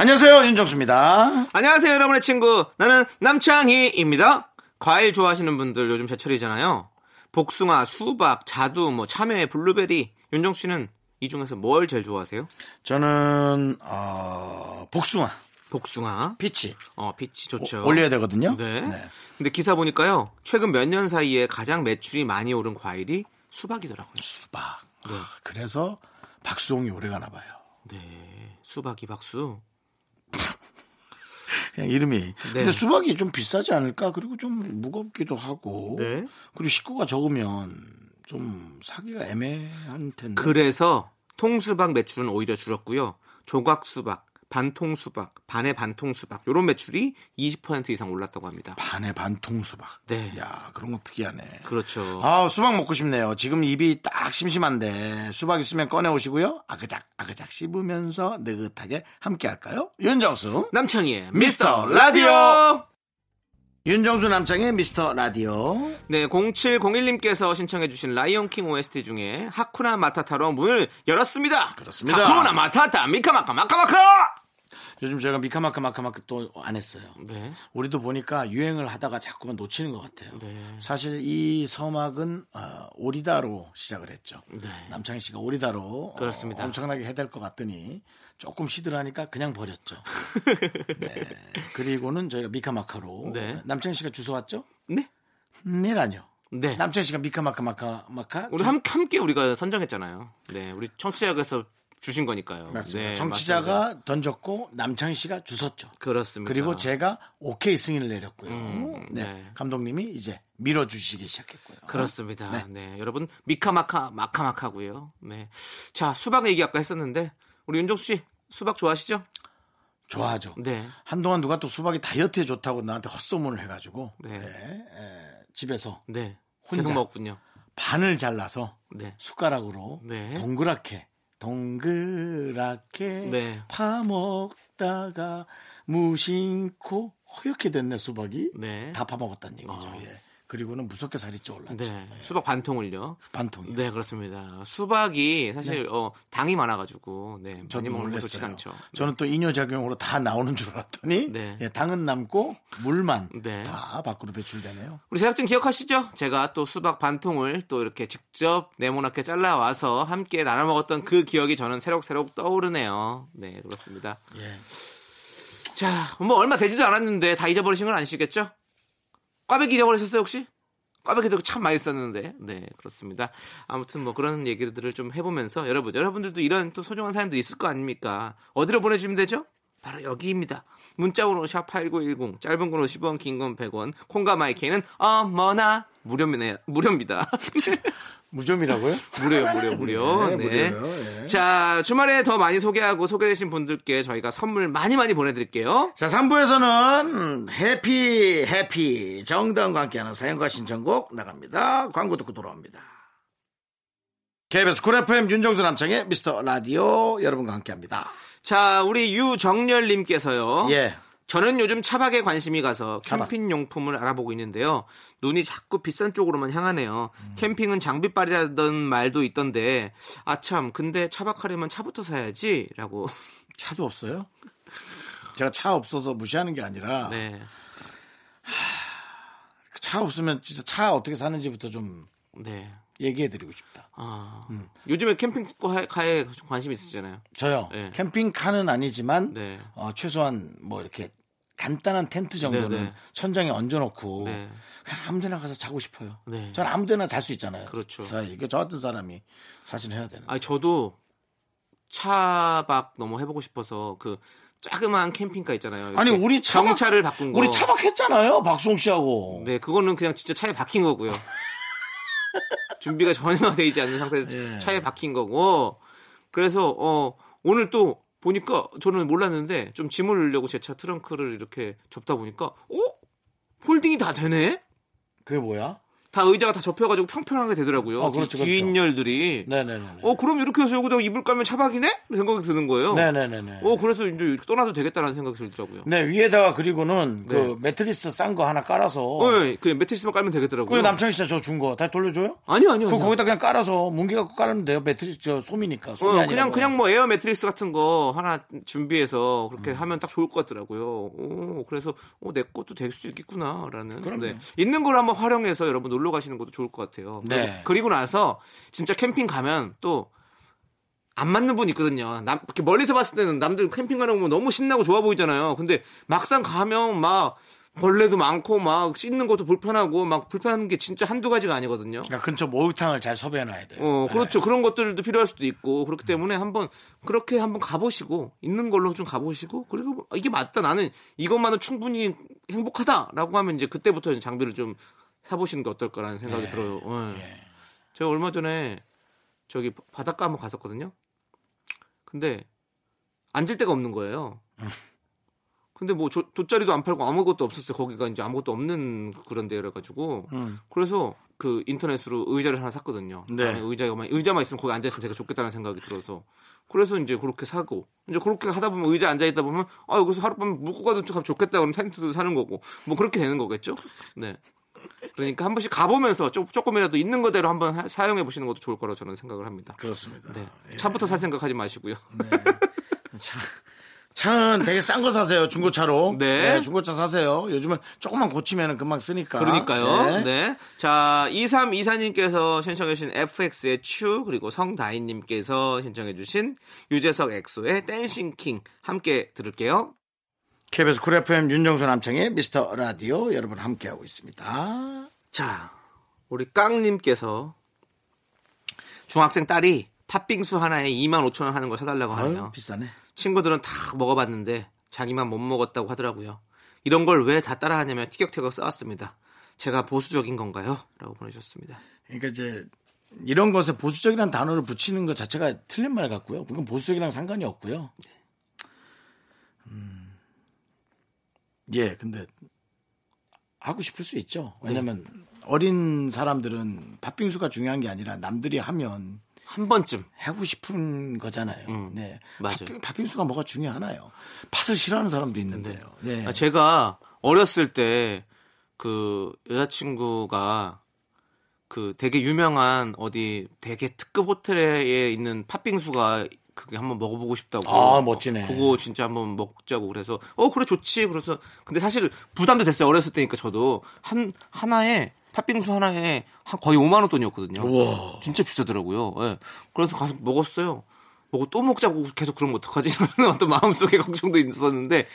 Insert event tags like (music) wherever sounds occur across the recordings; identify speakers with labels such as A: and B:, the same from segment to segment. A: 안녕하세요 윤정수입니다.
B: 안녕하세요, 여러분의 친구. 나는 남창희입니다. 과일 좋아하시는 분들 요즘 제철이잖아요. 복숭아, 수박, 자두, 뭐 참외, 블루베리. 윤정 씨는 이 중에서 뭘 제일 좋아하세요?
A: 저는 어, 복숭아,
B: 복숭아.
A: 피치
B: 어, 피치 좋죠.
A: 오- 올려야 되거든요.
B: 네.
A: 네.
B: 근데 기사 보니까요. 최근 몇 년 사이에 가장 매출이 많이 오른 과일이 수박이더라고요.
A: 수박. 아, 그래서 박수홍이 오래 가나 봐요.
B: 네. 수박이 박수.
A: 그냥 이름이.
B: 네.
A: 근데 수박이 좀 비싸지 않을까? 그리고 좀 무겁기도 하고.
B: 네.
A: 그리고 식구가 적으면 좀 사기가 애매한 텐데.
B: 그렇죠. 그래서 통수박 매출은 오히려 줄었고요. 조각수박, 반통수박, 반의 반통수박 요런 매출이 20% 이상 올랐다고 합니다.
A: 반에 반통 수박.
B: 네.
A: 야, 그런 거 특이하네.
B: 그렇죠.
A: 아, 수박 먹고 싶네요. 지금 입이 딱 심심한데 수박 있으면 꺼내 오시고요. 아그작 아그작 씹으면서 느긋하게 함께 할까요? 윤정수.
B: 남창희의
A: 미스터 라디오. 네. 윤정수 남창의 미스터 라디오.
B: 네, 0701님께서 신청해주신 라이온킹 OST 중에 하쿠나 마타타로 문을 열었습니다.
A: 그렇습니다.
B: 하쿠나 마타타 미카마카 마카마카.
A: 요즘 저희가 미카마카 마카마카 또 안 했어요.
B: 네,
A: 우리도 보니까 유행을 하다가 자꾸만 놓치는 것 같아요.
B: 네.
A: 사실 이 서막은 어, 오리다로 시작을 했죠.
B: 네.
A: 남창희 씨가 오리다로 어,
B: 그렇습니다.
A: 엄청나게 해댈 것 같더니 조금 시들하니까 그냥
B: (laughs)
A: 버렸죠. 네. 그리고는 저희가 미카마카로
B: 네.
A: 남창희 씨가 주소 왔죠?
B: 네,
A: 네라뇨.
B: 네.
A: 남창희 씨가 미카마카 마카 마카
B: 우리 함, 함께 우리가 선정했잖아요. 네, 우리 청취자께서 주신 거니까요.
A: 맞습니다.
B: 네,
A: 정치자가
B: 맞습니다.
A: 던졌고 남창희 씨가 주섰죠.
B: 그렇습니다.
A: 그리고 제가 오케이 승인을 내렸고요. 네.
B: 네.
A: 감독님이 이제 밀어주시기 시작했고요.
B: 그렇습니다.
A: 네.
B: 네. 여러분 미카마카 마카마카고요. 네, 자 수박 얘기 아까 했었는데 우리 윤종수 씨 수박 좋아하시죠?
A: 좋아하죠.
B: 네.
A: 한동안 누가 또 수박이 다이어트에 좋다고 나한테 헛소문을 해가지고
B: 네.
A: 네, 에, 집에서
B: 네,
A: 혼자.
B: 계속 먹었군요.
A: 반을 잘라서
B: 네,
A: 숟가락으로
B: 네.
A: 동그랗게 동그랗게
B: 네.
A: 파먹다가 무심코 허옇게 됐네 수박이
B: 네. 아.
A: 다 파먹었다는 얘기죠. 예. 그리고는 무섭게 살이 쪄올랐죠. 예.
B: 네, 수박 반통을요.
A: 반통이.
B: 네 그렇습니다. 수박이 사실 어, 당이 많아가지고 네 많이
A: 네. 저도
B: 먹는 것도 좋지
A: 놀랐어요.
B: 않죠.
A: 저는 또 이뇨작용으로 다 나오는 줄 알았더니
B: 네.
A: 예, 당은 남고 물만
B: 네.
A: 다 밖으로 배출되네요.
B: 우리 제작진 기억하시죠? 제가 또 수박 반통을 또 이렇게 직접 네모나게 잘라와서 함께 나눠 먹었던 그 기억이 저는 새록새록 떠오르네요. 네 그렇습니다.
A: 예.
B: 자, 뭐 얼마 되지도 않았는데 다 잊어버리신 건 아니시겠죠? 꽈배기 잊어버리셨어요 혹시? 꽈배기도 참 많이 썼는데, 네 그렇습니다. 아무튼 뭐 그런 얘기들을 좀 해보면서 여러분, 여러분들도 이런 또 소중한 사연들 있을 거 아닙니까? 어디로 보내주시면 되죠? 바로 여기입니다. 문자번호 샵 #8910, 짧은 건 50원, 긴 건 100원, 콩과 마이케는 어머나 무료입니다. 무료입니다. (laughs)
A: 무좀이라고요?
B: 무료요, 무료, 무료.
A: 네,
B: 네.
A: 무료요, 예.
B: 자, 주말에 더 많이 소개하고 소개되신 분들께 저희가 선물 많이 많이 보내드릴게요.
A: 자, 3부에서는 해피, 해피, 정다운과 함께하는 사연과 신청곡 나갑니다. 광고 듣고 돌아옵니다. KBS 쿨 FM 윤정수 남창의 미스터 라디오 여러분과 함께합니다.
B: 자, 우리 유정렬님께서요.
A: 예.
B: 저는 요즘 차박에 관심이 가서
A: 차박.
B: 캠핑 용품을 알아보고 있는데요. 눈이 자꾸 비싼 쪽으로만 향하네요.
A: 음.
B: 캠핑은 장비빨이라던 말도 있던데, 아참, 근데 차박하려면 차부터 사야지. 라고.
A: 차도 없어요? 제가 차 없어서 무시하는 게 아니라 그
B: 네.
A: 차 없으면 진짜 차 어떻게 사는지부터 좀
B: 네.
A: 얘기해드리고 싶다.
B: 아.
A: 음.
B: 요즘에 캠핑카에 좀 관심 있으시잖아요.
A: 저요.
B: 네.
A: 캠핑카는 아니지만
B: 네.
A: 어, 최소한 뭐 이렇게 간단한 텐트 정도는
B: 네, 네.
A: 천장에 얹어놓고
B: 네.
A: 그냥 아무데나 가서 자고 싶어요.
B: 네.
A: 전 아무데나 잘 수 있잖아요.
B: 그렇죠.
A: 스타일. 이게 저 같은 사람이 사실 해야 되는.
B: 아, 저도 차박 너무 해보고 싶어서 그 자그마한 캠핑카 있잖아요.
A: 아니
B: 이렇게
A: 우리 차박,
B: 정차를 바꾼 거.
A: 우리 차박했잖아요. 박수홍 씨하고.
B: 네, 그거는 그냥 진짜 차에
A: (laughs)
B: 박힌 거고요.
A: 예.
B: 준비가 전혀 되지 않는 상태에서 차에 박힌 거고. 그래서 어 오늘 또 보니까 저는 몰랐는데 좀 짐을 넣으려고 제 차 트렁크를 이렇게 접다 보니까 어? 폴딩이 다 되네?
A: 그게 뭐야?
B: 다 의자가 다 접혀가지고 평평하게 되더라고요.
A: 아, 그렇죠,
B: 이 긴
A: 그렇죠.
B: 열들이.
A: 네네네.
B: 어, 그럼 이렇게 해서 여기다가 이불 깔면 차박이네? 생각이 드는 거예요.
A: 네네네네.
B: 어, 그래서 이제 이렇게 떠나도 되겠다라는 생각이 들더라고요.
A: 네 위에다가 그리고는
B: 네.
A: 그 매트리스 싼 거 하나 깔아서.
B: 어, 예, 그 매트리스만 깔면
A: 그
B: 되겠더라고요.
A: 남창희 씨가 저 준 거 다시 돌려줘요?
B: 아니요, 아니요.
A: 그
B: 아니요.
A: 거기다 그냥 깔아서 뭉개 갖고 깔면 돼요. 매트리스 저 솜이니까. 솜이
B: 어,
A: 아니라
B: 그냥 그냥 뭐 에어 매트리스 같은 거 하나 준비해서
A: 음.
B: 그렇게 하면 딱 좋을 것 같더라고요. 오, 그래서 어, 내 것도 될 수 있겠구나라는. 네.
A: 그럼요.
B: 있는 걸 한번 활용해서 여러분 놀러 가시는 것도 좋을 것 같아요.
A: 네.
B: 그리고- 그리고 나서 진짜 캠핑 가면 또 안 맞는 분 있거든요. 남, 이렇게 멀리서 봤을 때는 남들 캠핑 가는 거 보면 너무 신나고 좋아 보이잖아요. 근데 막상 가면 막 벌레도 많고 막 씻는 것도 불편하고 막 불편한 게 진짜 한두 가지가 아니거든요.
A: 그러니까 근처 목욕탕을 잘 섭외해 놔야 돼요. 네,
B: 어, 그렇죠. 그런 것들도 필요할 수도 있고 그렇기 때문에 한번 그렇게 한번 가보시고 있는 걸로 좀 가보시고 그리고 뭐 이게 맞다 나는 이것만은 충분히 행복하다라고 하면 이제 그때부터 이제 장비를 좀 사보시는 게 어떨까라는 생각이
A: 네.
B: 들어요. 예.
A: 예.
B: 제가 얼마 전에 저기 바닷가 한번 갔었거든요. 근데 앉을 데가 없는 거예요. 근데 뭐 조- 돗자리도 안 팔고 아무것도 없었어요. 거기가 이제 아무것도 없는 그런 데라 가지고
A: 음.
B: 그래서 그 인터넷으로 의자를 하나 샀거든요.
A: 네.
B: 안에 의자만 의자만 있으면 거기 앉아 있으면 되게 좋겠다는 생각이 들어서 그래서 이제 그렇게 사고 이제 그렇게 하다 보면 의자 앉아 있다 보면 아 여기서 하룻밤 묵고 가도 참 좋겠다 그럼 텐트도 사는 거고 뭐 그렇게 되는 거겠죠. 네. 그러니까 한 번씩 가보면서 조, 조금이라도 있는 거대로 한번 하- 사용해 보시는 것도 좋을 거라고 저는 생각을 합니다.
A: 그렇습니다. 예.
B: 네. 차부터 살 생각하지 마시고요.
A: 차, 차는 되게 싼 거 사세요. 중고차로.
B: 네.
A: 중고차 사세요. 요즘은 조금만 고치면 금방 쓰니까.
B: 그러니까요.
A: 네.
B: 네. 자, 2324님께서 신청해주신 FX의 추, 그리고 성다인님께서 신청해주신 유재석 엑소의 댄싱킹 함께 들을게요.
A: KBS 쿨 FM 윤정수 남창의 미스터 라디오 여러분 함께하고 있습니다.
B: 자, 우리 깡님께서 중학생 딸이 팥빙수 하나에 2만 5천 원 하는 걸 사달라고
A: 아유,
B: 하네요.
A: 비싸네.
B: 친구들은 다 먹어봤는데 자기만 못 먹었다고 하더라고요. 이런 걸 왜 다 따라하냐며 티격태격 싸웠습니다. 제가 보수적인 건가요? 라고 보내주셨습니다.
A: 그러니까 이제 이런 것에 보수적이라는 단어를 붙이는 것 자체가 틀린 말 같고요. 그건 보수적이랑 상관이 없고요. 음, 예, 근데 하고 싶을 수 있죠.
B: 네.
A: 왜냐면 어린 사람들은 팥빙수가 중요한 게 아니라 남들이 하면
B: 한 번쯤
A: 하고 싶은 거잖아요.
B: 음,
A: 네,
B: 맞아요.
A: 팥빙- 팥빙수가 뭐가 중요하나요? 팥을 싫어하는 사람도 있는데요. 네.
B: 아, 제가 어렸을 때 그 여자친구가 그 되게 유명한 어디 되게 특급 호텔에 있는 팥빙수가 그게 한번 먹어보고 싶다고.
A: 아, 멋지네.
B: 그거 진짜 한번 먹자고 그래서 어 그래 좋지. 그래서 근데 사실 부담도 됐어요. 어렸을 때니까 저도 한 하나에 팥빙수 하나에 한 거의 5만 원 돈이었거든요.
A: 우와.
B: 진짜 비싸더라고요. 예. 그래서 가서 먹었어요. 먹고 또 먹자고 계속 그러면 어떡하지? (laughs) 이런 어떤 마음속에 걱정도 있었는데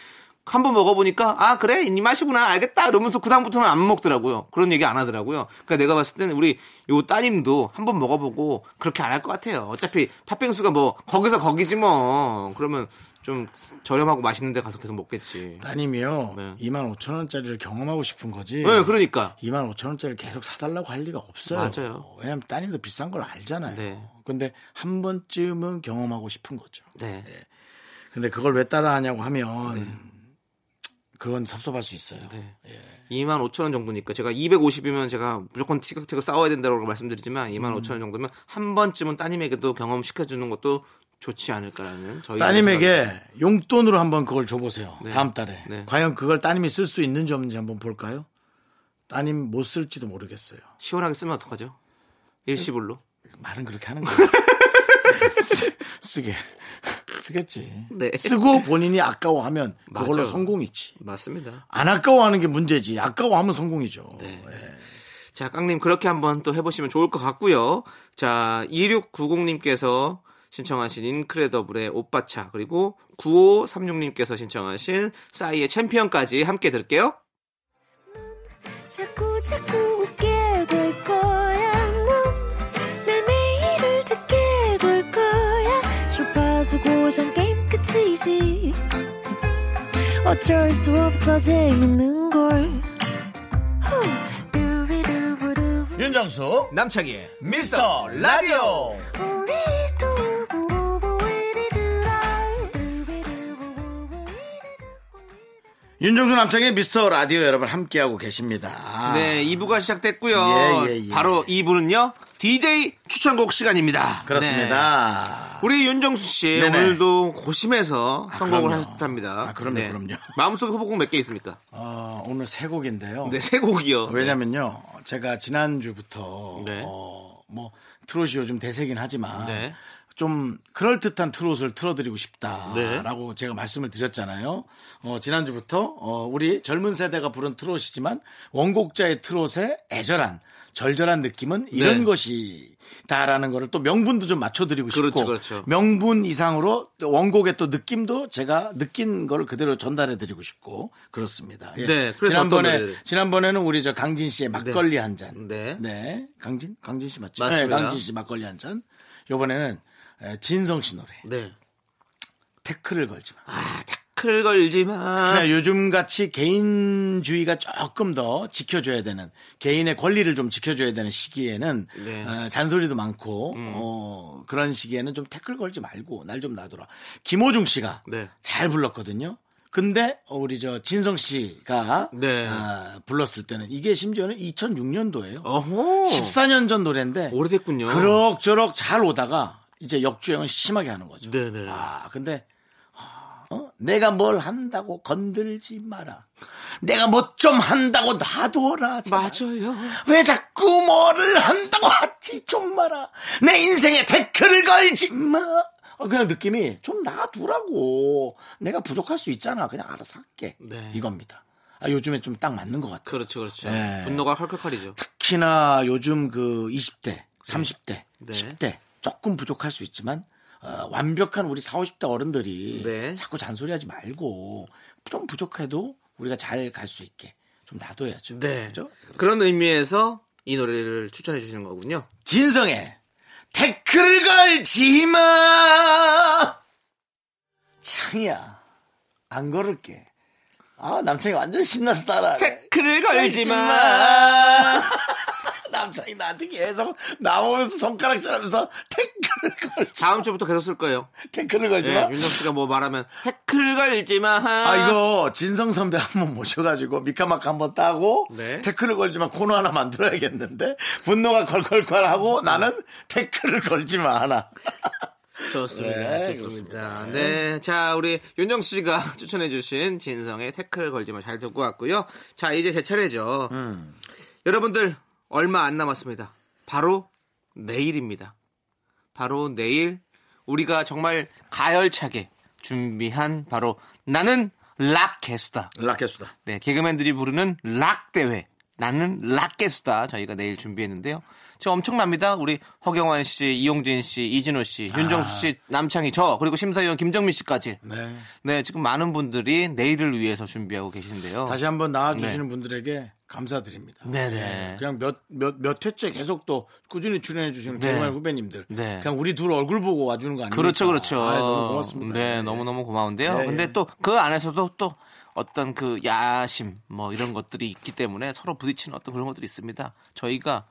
B: 한 번 먹어보니까 아 그래 이 맛이구나 알겠다 이러면서 그 다음부터는 안 먹더라고요. 그런 얘기 안 하더라고요. 그러니까 내가 봤을 때는 우리 요 따님도 한 번 먹어보고 그렇게 안 할 것 같아요. 어차피 팥빙수가 뭐 거기서 거기지 뭐 그러면 좀 저렴하고 맛있는 데 가서 계속 먹겠지.
A: 따님이요.
B: 네.
A: 2만 5천 원짜리를 경험하고 싶은 거지.
B: 예, 그러니까
A: 2만 5천 원짜리 계속 사달라고 할 리가 없어요.
B: 맞아요.
A: 왜냐하면 따님도 비싼 걸 알잖아요.
B: 네.
A: 근데 한 번쯤은 경험하고 싶은 거죠.
B: 네.
A: 근데 그걸 왜 따라하냐고 하면 그건 섭섭할 수 있어요.
B: 네.
A: 예.
B: 2만 5천 원 정도니까 제가 250이면 제가 무조건 티격태격 싸워야 된다고 말씀드리지만
A: 음.
B: 2만 5천 원 정도면 한 번쯤은 따님에게도 경험시켜주는 것도 좋지 않을까라는 저희
A: 따님에게 용돈으로 한번 그걸 줘보세요.
B: 네.
A: 다음 달에.
B: 네.
A: 과연 그걸 따님이 쓸 수 있는지 없는지 한번 볼까요? 따님 못 쓸지도 모르겠어요.
B: 시원하게 쓰면 어떡하죠? 일시불로.
A: 말은 그렇게 하는
B: (laughs)
A: 거예요. 쓰- 쓰게. 쓰겠지.
B: 네.
A: 쓰고 본인이 아까워하면 그걸로
B: 맞아요.
A: 성공이지.
B: (laughs) 맞습니다.
A: 안 아까워하는 게 문제지. 아까워하면 성공이죠.
B: 네.
A: 예.
B: 자, 깡님 그렇게 한번 또 해보시면 좋을 것 같고요. 자, 2690님께서 신청하신 인크레더블의 오빠차 그리고 9536님께서 신청하신 싸이의 챔피언까지 함께 들을게요.
C: 자꾸 자꾸 웃게 될 거야. 넌내 매일을 듣게 될 거야. 주파수 고정 게임 끝이지. 어쩔 수 없어 재밌는 걸. 후. 두비두부두.
A: 윤정수
B: 남창희의
A: 미스터 라디오
C: 우리 두부부부 우리 두라.
A: 윤정수 남창의 미스터 라디오 여러분 함께하고 계십니다.
B: 네, 2부가 시작됐고요.
A: 아. 예, 예, 예.
B: 바로 2부는요. DJ 추천곡 시간입니다. 네.
A: 그렇습니다.
B: 우리 윤정수 씨
A: 네네. 아,
B: 오늘도 고심해서 선곡을
A: 그럼요.
B: 하셨답니다. 네.
A: 아, 그럼요, 그럼요.
B: 마음속에 후보곡 몇 개 있습니까?
A: 어, 오늘 세 곡인데요.
B: 네, 세 곡이요.
A: 왜냐면요, 제가 지난주부터,
B: 네.
A: 어, 뭐, 트롯이 요즘 대세긴 하지만,
B: 네.
A: 좀 그럴듯한 트롯을 틀어드리고
B: 네.
A: 싶다라고 제가 말씀을 드렸잖아요. 어, 지난주부터, 어, 우리 젊은 세대가 부른 트롯이지만, 원곡자의 트롯에 애절한, 절절한 느낌은 이런
B: 네.
A: 것이, 다라는 거를 또 명분도 좀 맞춰드리고 싶고
B: 그렇죠, 그렇죠.
A: 명분 이상으로 또 원곡의 또 느낌도 제가 느낀 걸 그대로 전달해드리고 싶고 그렇습니다. 예.
B: 네, 그래서 어떤
A: 지난번에
B: 노래를?
A: 지난번에는 우리 저 강진 씨의 막걸리
B: 네.
A: 한 잔.
B: 네.
A: 강진? 강진 씨 맞죠?
B: 맞습니다.
A: 네, 강진 씨 막걸리 한 잔. 요번에는 에, 진성 씨 노래.
B: 네.
A: 태클을 걸지 마.
B: 아, 태클 걸지 마.
A: 자, 요즘 같이 개인주의가 조금 더 지켜줘야 되는 개인의 권리를 좀 지켜줘야 되는 시기에는
B: 네. 음.
A: 어, 잔소리도 많고 어, 그런 시기에는 좀 태클 걸지 말고 날 좀 놔둬라. 김호중 씨가
B: 네.
A: 잘 불렀거든요. 근데 어, 우리 저 진성 씨가
B: 네.
A: 아, 불렀을 때는 이게 심지어는 2006년도예요.
B: 어허.
A: 14년 전 노래인데
B: 오래됐군요.
A: 그럭저럭 잘 오다가 이제 역주행을 심하게 하는 거죠.
B: 네네.
A: 아 근데 어? 내가 뭘 한다고 건들지 마라. 내가 뭐 좀 한다고 놔둬라. 제발.
B: 맞아요.
A: 왜 자꾸 뭐를 한다고 하지 좀 마라. 내 인생에 태클을 걸지 마. 어, 그냥 느낌이 좀 놔두라고. 내가 부족할 수 있잖아. 그냥 알아서 할게.
B: 네.
A: 이겁니다. 아, 요즘에 좀 딱 맞는 것 같아요.
B: 그렇죠, 그렇죠.
A: 네.
B: 분노가 칼칼칼이죠.
A: 특히나 요즘 그 20대, 30대,
B: 네.
A: 10대 조금 부족할 수 있지만 어, 완벽한 우리 40, 50대 어른들이
B: 네.
A: 자꾸 잔소리하지 말고 좀 부족해도 우리가 잘 갈 수 있게 좀 놔둬야죠.
B: 네.
A: 그죠?
B: 그런 의미에서 이 노래를 추천해 주시는 거군요.
A: 진성의 태클을 걸지 마. 창이야, 안 걸을게. 아 남창이 완전 신나서 따라.
B: 태클을 걸지 마.
A: 마. 남창이 나한테 계속 나오면서 손가락질하면서 태클을 걸지
B: 다음 주부터 계속 쓸 거예요.
A: 태클을 걸지
B: 예,
A: 마.
B: 윤정 씨가 뭐 말하면 태클 걸지 마.
A: 아 이거 진성 선배 한 번 모셔가지고 미카마카 한 번 따고
B: 네.
A: 태클을 걸지만 코너 하나 만들어야겠는데 분노가 걸걸걸하고
B: 네.
A: 나는 태클을 걸지마 하나.
B: 좋습니다.
A: 네,
B: 좋습니다. 네. 자, 우리 윤정수 씨가 (laughs) 추천해주신 진성의 태클 걸지 마 잘 듣고 왔고요. 자, 이제 제 차례죠. 여러분들, 얼마 안 남았습니다. 바로 내일입니다. 바로 내일 우리가 정말 가열차게 준비한 바로 나는 (laughs) 락 개수다.
A: 락했수다.
B: 네, 개그맨들이 부르는 락 대회. 나는 락 개수다. 저희가 내일 준비했는데요. 저 엄청납니다. 우리 허경환 씨, 이용진 씨, 이진호 씨,
A: 아.
B: 윤정수 씨, 남창희 저 그리고 심사위원 김정민 씨까지.
A: 네.
B: 네, 지금 많은 분들이 내일을 위해서 준비하고 계신데요.
A: 다시 한번 나와주시는 분들에게 감사드립니다.
B: 네. 네네.
A: 그냥 몇, 몇, 몇 회째 계속 또 꾸준히 출연해주시는
B: 네.
A: 개그맨 후배님들.
B: 네.
A: 그냥 우리 둘 얼굴 보고 와주는 거 아니에요?
B: 그렇죠, 그렇죠.
A: 너무 고맙습니다.
B: 네, 너무너무 고마운데요.
A: 네,
B: 근데
A: 예.
B: 또 그 안에서도 또 어떤 그 야심 뭐 이런 것들이 있기 때문에 서로 부딪히는 어떤 그런 것들이 있습니다. 저희가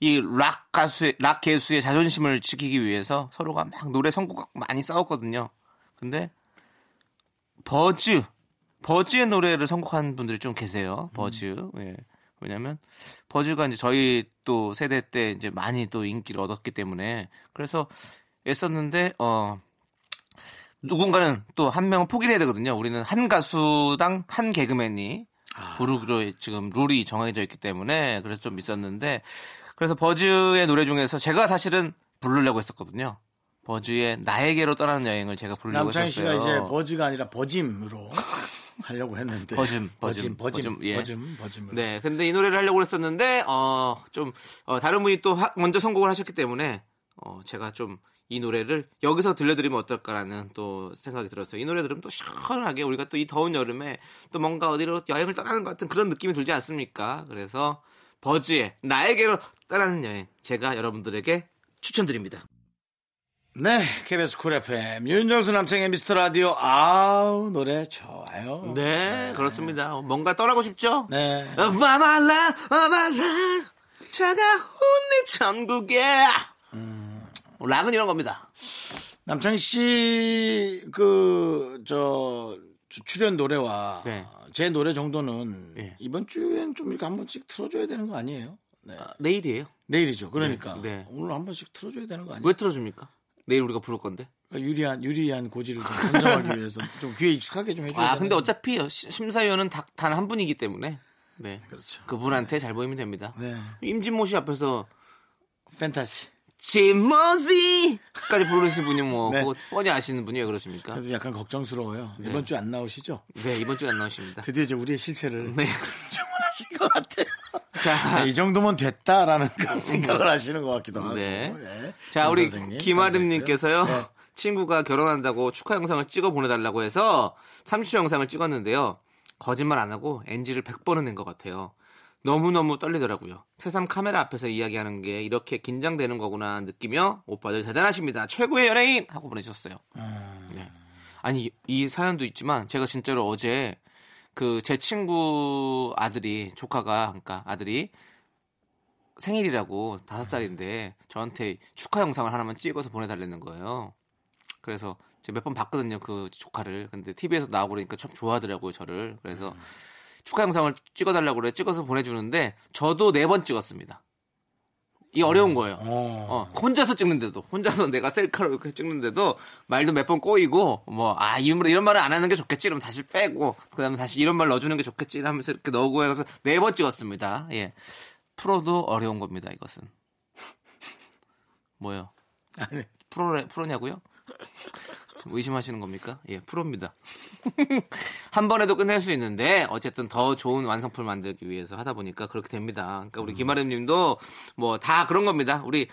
B: 이 락 가수의 락 개수의 자존심을 지키기 위해서 서로가 막 노래 선곡 갖고 많이 싸웠거든요. 근데 버즈 버즈의 노래를 선곡한 분들이 좀 계세요.
A: 음.
B: 버즈. 예. 왜냐면 버즈가 이제 저희 또 세대 때 이제 많이 또 인기를 얻었기 때문에 그래서 했었는데 어 누군가는 또 한 명은 포기를 해야 되거든요. 우리는 한 가수당 한 개그맨이
A: 아.
B: 부르기로 지금 룰이 정해져 있기 때문에 그래서 좀 있었는데 그래서 버즈의 노래 중에서 제가 사실은 부르려고 했었거든요. 버즈의 나에게로 떠나는 여행을 제가 부르려고
A: 남창희 씨가
B: 했었어요.
A: 이제 버즈가 아니라 버짐으로 (laughs) 하려고 했는데.
B: 버짐,
A: 버짐,
B: 버짐,
A: 버짐,
B: 버짐, 예.
A: 버짐, 버짐으로.
B: 네, 근데 이 노래를 하려고 했었는데 어, 좀 어, 다른 분이 또 하- 먼저 선곡을 하셨기 때문에 어, 제가 좀 이 노래를 여기서 들려드리면 어떨까라는 또 생각이 들었어요. 이 노래 들으면 또 시원하게 우리가 또 이 더운 여름에 또 뭔가 어디로 여행을 떠나는 것 같은 그런 느낌이 들지 않습니까? 그래서 버즈의 나에게로 떠나는 여행 제가 여러분들에게 추천드립니다.
A: 네, KBS 쿨 FM 윤정수 남창의 미스터 라디오 아우 노래 좋아요.
B: 네, 그렇습니다. 뭔가 떠나고 싶죠?
A: 네.
B: 마마라 마마라 차가운 내 천국에 음, 락은 이런 겁니다.
A: 남창희 씨그 그, 저 출연 노래와
B: 네.
A: 제 노래 정도는
B: 예.
A: 이번 주엔 좀 이렇게 한 번씩 틀어줘야 되는 거 아니에요? 네.
B: 아, 내일이에요.
A: 내일이죠. 그러니까
B: 네, 네.
A: 오늘 한 번씩 틀어줘야 되는 거 아니에요?
B: 왜 틀어줍니까? 내일 우리가 부를 건데.
A: 그러니까 유리한 유리한 고지를 좀 선정하기 위해서 좀 귀에 익숙하게 좀 해줘야 되는
B: 아 근데
A: 거.
B: 어차피 심사위원은 단 한 분이기 때문에 네
A: 그렇죠.
B: 그분한테 잘 보이면 됩니다.
A: 네,
B: 임진모 씨 앞에서
A: 팬타시.
B: 진모씨까지 부르신 분이 뭐
A: 네.
B: 그거 뻔히 아시는 분이 왜 그러십니까?
A: 그래도 약간 걱정스러워요. 이번 주 안 나오시죠?
B: 네 이번 주에 안 나오십니다.
A: 드디어 이제 우리의 실체를 (laughs)
B: 네.
A: 주문하신 것 같아요.
B: 자,
A: 네, 이 정도면 됐다라는 (laughs) 그런 생각을 하시는 것 같기도 하고.
B: 네.
A: 예.
B: 자 우리
A: 선생님,
B: 김아름님께서요
A: 감사했고요. 네.
B: (laughs) 친구가 결혼한다고 축하 영상을 찍어 보내달라고 해서 30초 영상을 찍었는데요 거짓말 안 하고 NG를 100번은 낸 것 같아요. 너무너무 떨리더라고요. 새삼 카메라 앞에서 이야기하는 게 이렇게 긴장되는 거구나 느끼며 오빠들 대단하십니다. 최고의 연예인! 하고 보내주셨어요.
A: 음.
B: 네. 아니, 이 사연도 있지만 제가 진짜로 어제 그 제 친구 아들이 조카가 그러니까 아들이 생일이라고 다섯 살인데 저한테 축하 영상을 하나만 찍어서 보내달라는 거예요. 그래서 제가 몇 번 봤거든요 그 조카를. 근데 TV에서 나오고 그러니까 참 좋아하더라고요 저를. 그래서 축하 영상을 찍어달라고 그래 찍어서 보내주는데 저도 네 번 찍었습니다. 이 어려운 거예요.
A: 어.
B: 어, 혼자서 찍는데도 혼자서 내가 셀카로 이렇게 찍는데도 말도 몇 번 꼬이고 뭐 아 이런 이런 말을 안 하는 게 좋겠지 이러면 다시 빼고 그다음에 다시 이런 말 넣어주는 게 좋겠지 하면서 이렇게 넣고 해서 네 번 찍었습니다 예 프로도 어려운 겁니다 이것은 뭐요
A: 아니,
B: 프로 프로냐고요 지금 의심하시는 겁니까 예 프로입니다 한 번에도 끝낼 수 있는데 어쨌든 더 좋은 완성품을 만들기 위해서 하다 보니까 그렇게 됩니다 그러니까 우리 김아름님도 뭐 다 그런 겁니다 우리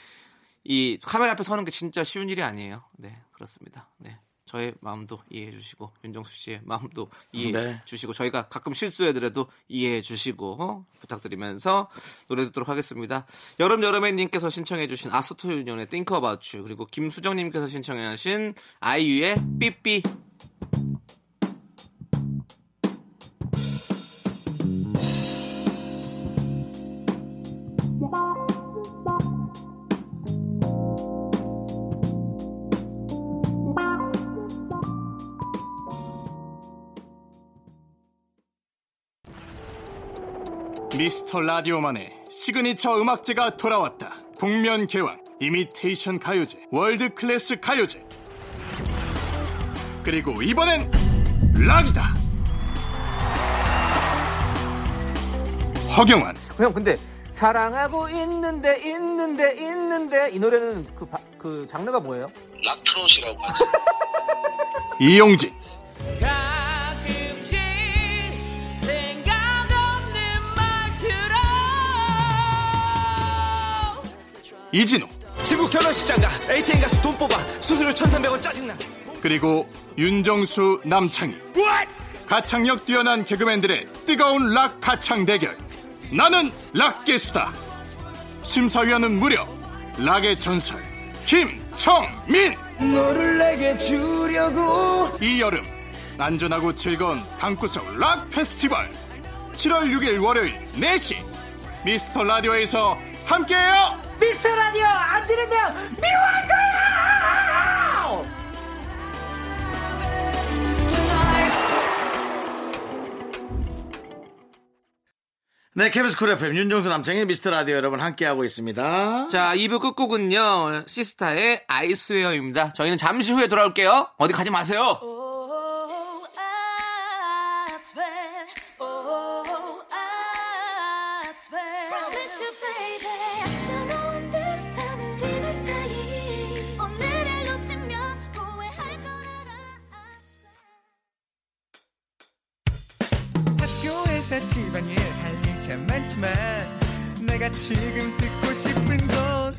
B: 이 카메라 앞에 서는 게 진짜 쉬운 일이 아니에요. 네, 그렇습니다. 네. 저의 마음도 이해해 주시고 윤정수 씨의 마음도 이해해
A: 네.
B: 주시고 저희가 가끔 실수해드려도 이해해 주시고 어? 부탁드리면서 노래 듣도록 하겠습니다. 여름 여름의 님께서 신청해 주신 아스토 유니온의 Think About You 그리고 김수정 님께서 신청해 주신 아이유의 삐삐
D: 미스터 라디오만의 시그니처 음악제가 돌아왔다. 복면 개왕, 이미테이션 가요제, 월드 클래스 가요제. 그리고 이번엔 락이다. 허경환,
E: 형 근데 사랑하고 있는데 있는데 있는데 이 노래는 그, 바- 그 장르가 뭐예요?
D: 이용진,
F: 가끔씩 생각 없는 말투로
D: 이진우,
E: 중국 결혼식장 가 ATM 가서 돈 뽑아 수수료 1,300원 짜증나
D: 그리고 윤정수 남창희. 가창력 뛰어난 개그맨들의 뜨거운 락 가창 대결. 나는 락 개수다. 심사위원은 무려 락의 전설 김청민.
E: 너를 내게 주려고
D: 이 여름 안전하고 즐거운 방구석 락 페스티벌 7월 6일 월요일 4시 미스터 라디오에서 함께해요.
E: 미스터 라디오 안 들으면 미워할 거야
A: 네, KBS 쿨 FM 윤종수 남창의 미스터 라디오 여러분 함께하고 있습니다.
B: 자 2부 끝곡은요 시스타의 아이스웨어입니다. 저희는 잠시 후에 돌아올게요. 어디 가지 마세요.
F: Oh, I swear. Oh, I swear. Promise you, baby. 차가운 듯한 우리들 사이. 오늘을 놓치면 후회할 걸 알아.
G: 학교에서 집안일 할 일 참 많지만 내가 지금 듣고 싶은 건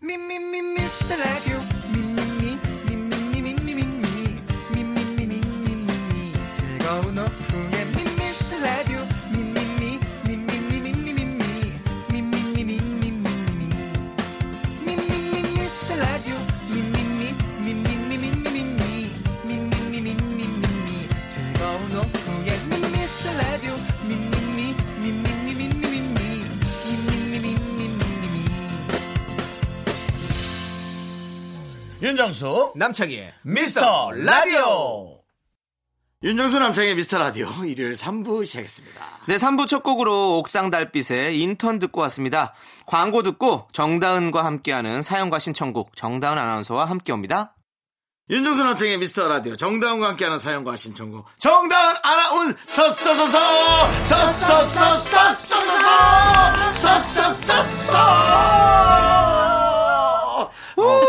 G: 미미미 미스터 라디오 미미미 미미미 미미미 미미미 미미미 즐거운 오후에 미스터 라디오 미미미 미미미 미미미 미미미 미미미
A: 윤정수
B: 남창희의
A: 미스터 라디오 윤정수 남창의 미스터 라디오 일요일 3부 시작했습니다.
B: 네, 3부 첫 곡으로 옥상 달빛의 인턴 듣고 왔습니다. 광고 듣고 정다은과 함께하는 사연과 신청곡 정다은 아나운서와 함께 옵니다.
A: 윤정수 남창의 미스터 라디오 정다운과 함께하는 사연과 신청곡 정다운 아나운 서서서서 서서서서서서서 서서서서 어,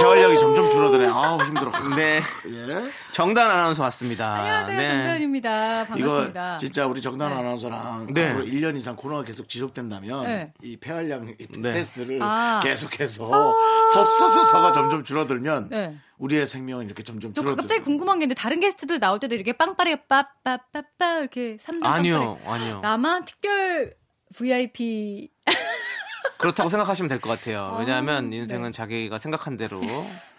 A: 폐활량이 점점 줄어드네. 아우 힘들어.
B: 네,
A: 예.
B: 정다은 아나운서 왔습니다.
H: 안녕하세요,
B: 네.
H: 정다은입니다.
A: 이거
H: 반갑습니다.
A: 진짜 우리 정다운 아나운서랑
B: 네.
A: 앞으로 1년 이상 코로나 계속 지속된다면
H: 네.
A: 이 폐활량 이
B: 네.
A: 테스트를
H: 아.
A: 계속해서 서서서서가 점점 줄어들면
H: 네.
A: 우리의 생명은 이렇게 점점
H: 저
A: 줄어들.
H: 갑자기 궁금한 게 있는데 다른 게스트들 나올 때도 이렇게 빵빠레 빠빠빠빠 이렇게 3단
B: 아니요, 아니요.
H: 나만 특별 VIP
B: 그렇다고 생각하시면 될 것 같아요.
H: 네.
B: 왜냐하면 인생은 자기가 생각한 대로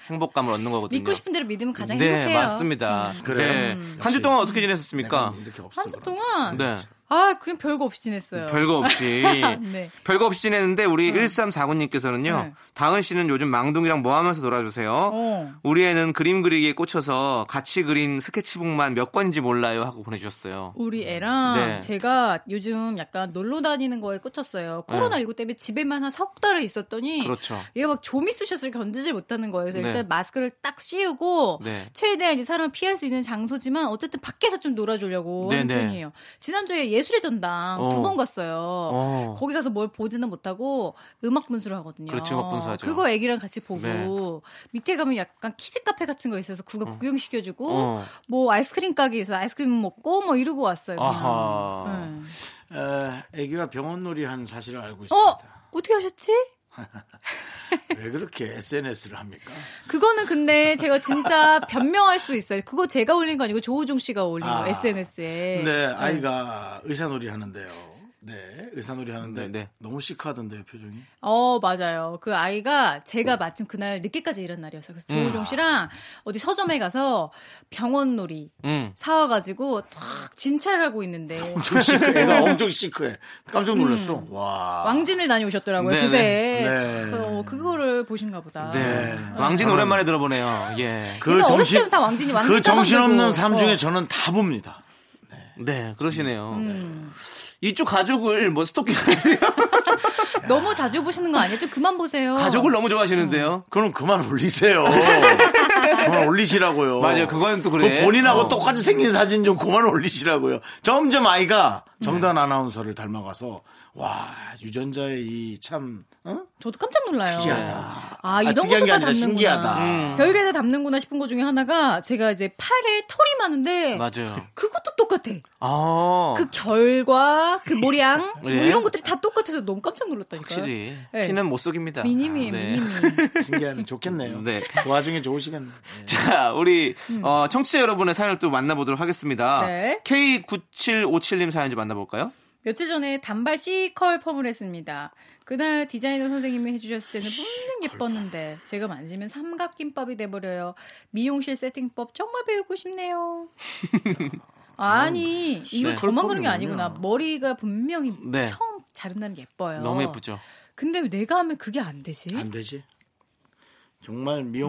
B: 행복감을 얻는 거거든요.
H: 믿고 싶은 대로 믿으면 가장
B: 음. 네,
H: 행복해요.
B: 맞습니다.
A: 그래요?
B: 네.
A: 음.
B: 한주 동안 어떻게 지내셨습니까?
A: 이렇게 없어.
H: 한 주 동안
B: 네.
H: 아 그냥 별거 없이 지냈어요.
B: 별거 없이.
H: (laughs) 네.
B: 별거 없이 지냈는데 우리 1349님께서는요.
H: 네.
B: 다은 씨는 요즘 망둥이랑 뭐 하면서 놀아주세요?
H: 어.
B: 우리 애는 그림 그리기에 꽂혀서 같이 그린 스케치북만 몇 권인지 몰라요 하고 보내주셨어요.
H: 우리 애랑
B: 네.
H: 아, 제가 요즘 약간 놀러 다니는 거에 꽂혔어요. 코로나19 때문에 집에만 한 석 달을 있었더니
B: 그렇죠.
H: 얘가 막 조미수샷을 견디질 못하는 거예요. 그래서
B: 네.
H: 일단 마스크를 딱 씌우고
B: 네.
H: 최대한 이제 사람을 피할 수 있는 장소지만 어쨌든 밖에서 좀 놀아주려고 하는
B: 네네.
H: 편이에요. 지난주에 예술의 전당
B: 어.
H: 두 번 갔어요.
B: 어.
H: 거기 가서 뭘 보지는 못하고 음악 분수를 하거든요.
B: 그렇지, 음악 분수하죠.
H: 그거 애기랑 같이 보고
B: 네.
H: 밑에 가면 약간 키즈 카페 같은 거 있어서 그거 구경시켜주고
B: 어.
H: 뭐 아이스크림 가게에서 아이스크림 먹고 뭐 이러고 왔어요.
B: 아,
H: 그냥.
B: 아하.
H: 네.
A: 에, 애기가 병원놀이 한 사실을 알고
H: 어
A: 있습니다.
H: 어떻게 하셨지?
A: 왜 그렇게 SNS를 합니까?
H: 그거는 근데 제가 진짜 변명할 수 있어요. 그거 제가 올린 거 아니고 조우종 씨가 올린 거
A: 아.
H: SNS에.
B: 네,
A: 근데 아이가 의사놀이 하는데요. 네, 의사놀이 하는데
B: 네, 네.
A: 너무 시크하던데요,
B: (laughs)
A: 표정이.
H: 어 맞아요. 그 아이가
A: 네.
H: 제가 마침 그날 늦게까지 일한 날이었어요. 그래서
A: 음.
H: 조우종 씨랑 어디 서점에 가서 병원놀이
B: 응.
H: 사와가지고 탁 진찰하고 있는데
A: 음. (laughs) 엄청 시크해. 애가 엄청 시크해. 깜짝 놀랐어. 와.
H: 음. 왕진을 다녀오셨더라고요.
B: 네네.
H: 그새
A: 아. 네.
H: 어, 그거를 보신가 보다.
B: 네. 왕진 오랜만에 들어보네요. 예.
A: 그
H: 근데 어렸을 때부터 왕진이 왕진
A: 그 정신없는
H: 따먹는
A: 삶
H: 거.
A: 중에
H: 어.
A: 저는 다 봅니다.
B: 네, 그러시네요.
H: 음.
B: 이쪽 가족을 뭐 스토킹하세요?
H: 너무 자주 보시는 거 아니에요? 좀 그만 보세요.
B: 가족을 너무
H: 어.
B: 좋아하시는데요.
A: 그럼 그만
H: (laughs)
A: 올리세요. 그만 올리시라고요.
B: 맞아요, 그건 또 그래.
A: 그거 본인하고
B: 어.
A: 똑같이 생긴 사진 좀 그만 올리시라고요. 점점 아이가
B: 음.
A: 정단 아나운서를 닮아가서 와 유전자의 이 참 어?
H: 저도 깜짝 놀라요.
A: 특이하다.
H: 아, 이런
A: 특이한
H: 것도
A: 게
H: 다
A: 아니라
H: 담는구나. 음.
A: 신기하다.
H: 별게 다 담는구나 싶은 것 중에 하나가 제가 이제 팔에 털이 많은데
B: 맞아요.
H: 그것도 똑같아.
B: 아,
H: 그 결과, 그
B: (laughs)
H: 모양 뭐
B: 예.
H: 이런 것들이 다 똑같아서 너무 깜짝 놀랐다니까.
B: 확실히
H: 네.
B: 피는 못 속입니다.
H: 미니미
B: 네. (laughs)
H: 미니미.
A: 신기하네 좋겠네요.
B: 네.
A: 그 와중에 좋으시겠네. 예.
B: (laughs) 자, 우리 어, 청취자 여러분의 사연을 또 만나보도록 하겠습니다.
H: 음. 네.
B: K9757님 사연 좀 만나볼까요?
H: 며칠 전에 단발 C컬 펌을 했습니다. 그날 디자이너 선생님이 해주셨을 때는 분명 예뻤는데 제가 만지면 삼각김밥이 돼버려요. 미용실 세팅법 정말 배우고
B: (laughs)
H: 싶네요. 아니 이거
B: 네.
H: 저만 그런 게
A: 컬펌이
H: 아니구나.
A: 뭐냐.
H: 머리가 분명히
B: 네.
H: 처음 자른다는 게 예뻐요.
B: 너무 예쁘죠?
H: 근데 왜 내가 하면 그게 안 되지?
A: 안 되지. 정말
H: 음.
B: 네.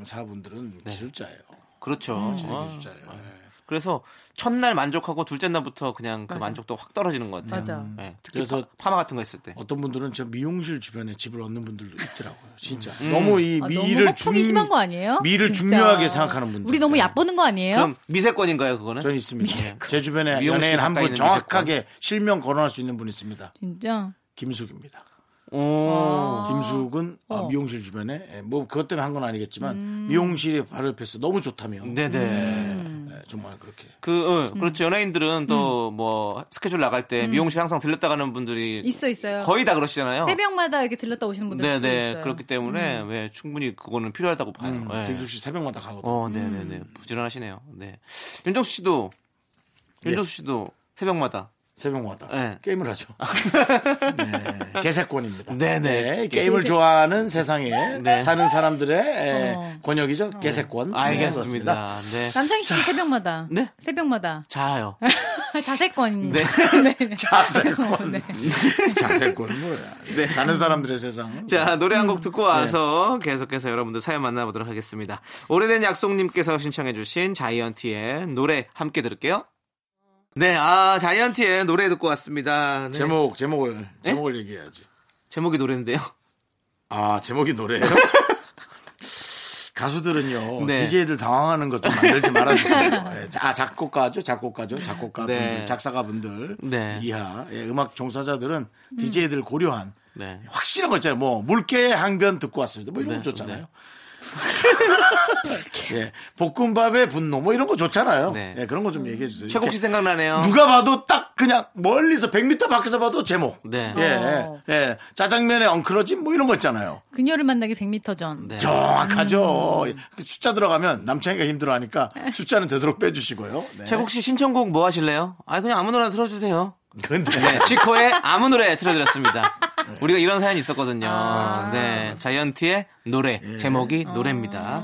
A: 미용사분들은 기술자예요.
B: 그렇죠. 어.
A: 기술자예요. 예.
B: 그래서 첫날 만족하고 둘째 날부터 그냥 그 만족도 확 떨어지는 것 같아요.
H: 맞아.
B: 네, 특히
A: 그래서
B: 파- 파마 같은 거 했을 때.
A: 어떤 분들은 저 미용실 주변에 집을 얻는 분들도 있더라고요. 진짜
B: 음.
A: 너무 이
H: 아, 너무
A: 미를
H: 허풍이 심한 거 아니에요?
A: 미를
H: 진짜.
A: 중요하게 생각하는 분들.
H: 우리 너무 얕보는 거 아니에요?
B: 그럼 미세권인가요, 그거는?
A: 전 있습니다. 네. 제 주변에
B: 미용실
A: 연예인 한분
B: 가까이 있는
A: 정확하게 실명 거론할 수 있는 분 있습니다.
H: 진짜
A: 김숙입니다.
B: 오.
A: 김숙은 아, 미용실 주변에 예, 뭐 그것 때문에 한 건 아니겠지만 미용실이 바로 옆에서 너무 좋다며.
B: 네네.
A: 예, 정말 그렇게.
B: 그, 어,
H: 음.
B: 그렇죠. 연예인들은 또 뭐 스케줄 나갈 때 미용실 항상 들렸다 가는 분들이
H: 있어 있어요.
B: 거의 다 그러시잖아요.
H: 새벽마다 이렇게 들렀다 오시는 분들
B: 네네.
H: 있어요.
B: 그렇기 때문에
H: 음.
B: 왜 충분히 그거는 필요하다고 봐요. 네.
A: 음, 김숙 씨 새벽마다 가거든요.
B: 어, 예. 네네네. 부지런하시네요. 네. 윤정수 씨도, 윤정수 씨도 새벽마다
A: 새벽마다
B: 네.
A: 게임을 하죠. (laughs) 네. 개세권입니다.
B: 네네.
A: 게임을 좋아하는 세상에
B: 네.
A: 사는 사람들의 에,
H: 어.
A: 권역이죠.
B: 음?
A: 개세권. 네,
B: 아, 알겠습니다. 네.
H: 남창희 씨 새벽마다.
B: 네?
H: 새벽마다.
B: 자요.
H: (laughs) 자세권입니다. (laughs) 네.
A: 자세권.
H: 네.
A: (laughs) 자세권 뭐야?
B: 네.
A: 자는 사람들의 세상.
B: 자, 노래 한 곡 듣고 와서 계속해서 여러분들 사연 만나보도록 하겠습니다. 오래된 약속님께서 신청해주신 자이언티의 노래 함께 들을게요. 네, 아, 자이언티의 노래 듣고 왔습니다. 네.
A: 제목 제목을 제목을 얘기해야지.
B: 제목이 노래인데요.
A: 아 제목이
B: (laughs)
A: 노래예요? 가수들은요
B: 네.
A: DJ들 당황하는 것 좀 만들지
B: (laughs)
A: 말아주세요. 예, 자- 아 작곡가죠, 작곡가죠, 작곡가분들,
B: 네.
A: 작사가분들
B: 네.
A: 이하 예, 음악 종사자들은 DJ들 고려한
B: 네.
A: 확실한 거 있잖아요. 뭐 물개의 항변 듣고 왔습니다. 뭐 이런
B: 네,
A: 거 좋잖아요.
B: (laughs)
A: 예, 볶음밥의 분노 뭐 이런 거 좋잖아요.
B: 네.
A: 예, 그런 거 좀 얘기해 주세요.
B: 최국 씨
A: 이렇게
B: 생각나네요.
A: 누가 봐도 딱 그냥 멀리서 100m 밖에서 봐도 제목.
B: 네.
A: 예,
H: 어.
A: 예, 짜장면에 엉클어진 뭐 이런 거 있잖아요.
H: 그녀를 만나기 100m 전.
B: 네.
A: 정확하죠.
H: 음.
A: 예, 숫자 들어가면 남창이가 힘들어하니까
H: 네.
A: 숫자는 되도록 빼주시고요. 네.
B: 최국 씨 신청곡 뭐 하실래요? 아, 그냥 아무 노래나 틀어주세요.
A: (laughs) 근데
B: 네, 치코의 아무 노래 틀어드렸습니다. 우리가 이런 사연이 있었거든요. 예. 아, 네, 자이언티의 노래 제목이 노래입니다.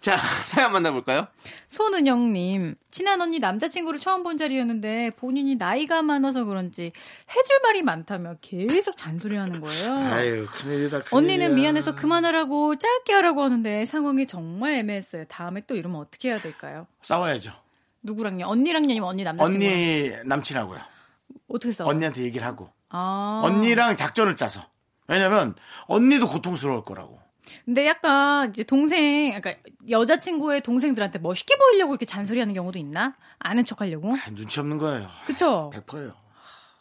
B: 자, (laughs) 사연 만나볼까요?
H: 손은영님, 친한 언니 남자친구를 처음 본 자리였는데 본인이 나이가 많아서 그런지 해줄 말이 많다며 계속 잔소리하는 거예요.
A: 아유 큰일이다. 큰일이야.
H: 언니는 미안해서 그만하라고 짧게 하라고 하는데 상황이 정말 애매했어요. 다음에 또 이러면 어떻게 해야 될까요?
A: 싸워야죠.
H: 누구랑요? 언니랑요? 아니면 언니 남자친구?
A: 언니 남친하고요.
H: 어떻게 싸워?
A: 언니한테 얘기를 하고
H: 아.
A: 언니랑 작전을 짜서. 왜냐면 언니도 고통스러울 거라고.
H: 근데 약간 이제 동생, 약간 여자친구의 동생들한테 멋있게 보이려고 이렇게 잔소리하는 경우도 있나? 아는 척 하려고?
A: 아, 눈치 없는 거예요.
H: 그쵸?
A: 100%예요.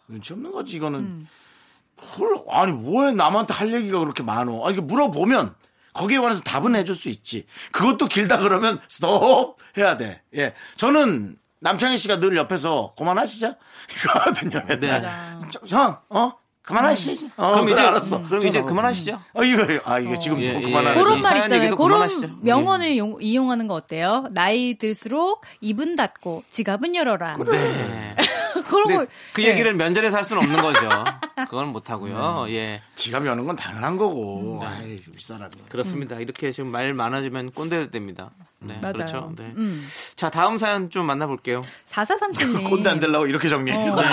A: 눈치 없는 거지 이거는. 헐, 아니 뭐해 남한테 할 얘기가 그렇게 많어. 아니 이게 물어보면 거기에 관해서 답은 해줄 수 있지. 그것도 길다 그러면 스톱 해야 돼. 예, 저는 남창희 씨가 늘 옆에서 그만하시죠. (laughs) 이거거든요.
B: 네.
A: 저- 형, 어, 그만하시죠. 어, 그럼 이제 알았어.
B: 그럼 이제 그만하시죠.
A: 어, 이거, 이거. 아, 이게 지금
B: 예, 예.
A: 그만하는
H: 그런
B: 이
H: 말
B: 사연
H: 있잖아요.
B: 얘기도 그만하시죠. 예.
H: 그런 명언을 용- 이용하는 거 어때요? 나이 들수록 입은 닫고 지갑은 열어라.
B: 네.
H: (laughs) 그런 거. 네.
B: 근데 그 얘기를 면전에서 할 수는 없는 거죠. 그건 못 하고요. 예.
A: 지갑 여는 건 당연한 거고. 아이, 윗사람이.
B: 그렇습니다. 이렇게 지금 말 많아지면 꼰대 됩니다. 네.
H: 맞아요.
B: 그렇죠. 네.
H: 음.
B: 자, 다음 사연 좀 만나볼게요. (laughs)
H: 4437님.
A: 꼰대 안 되려고 이렇게 정리해요.
B: 네.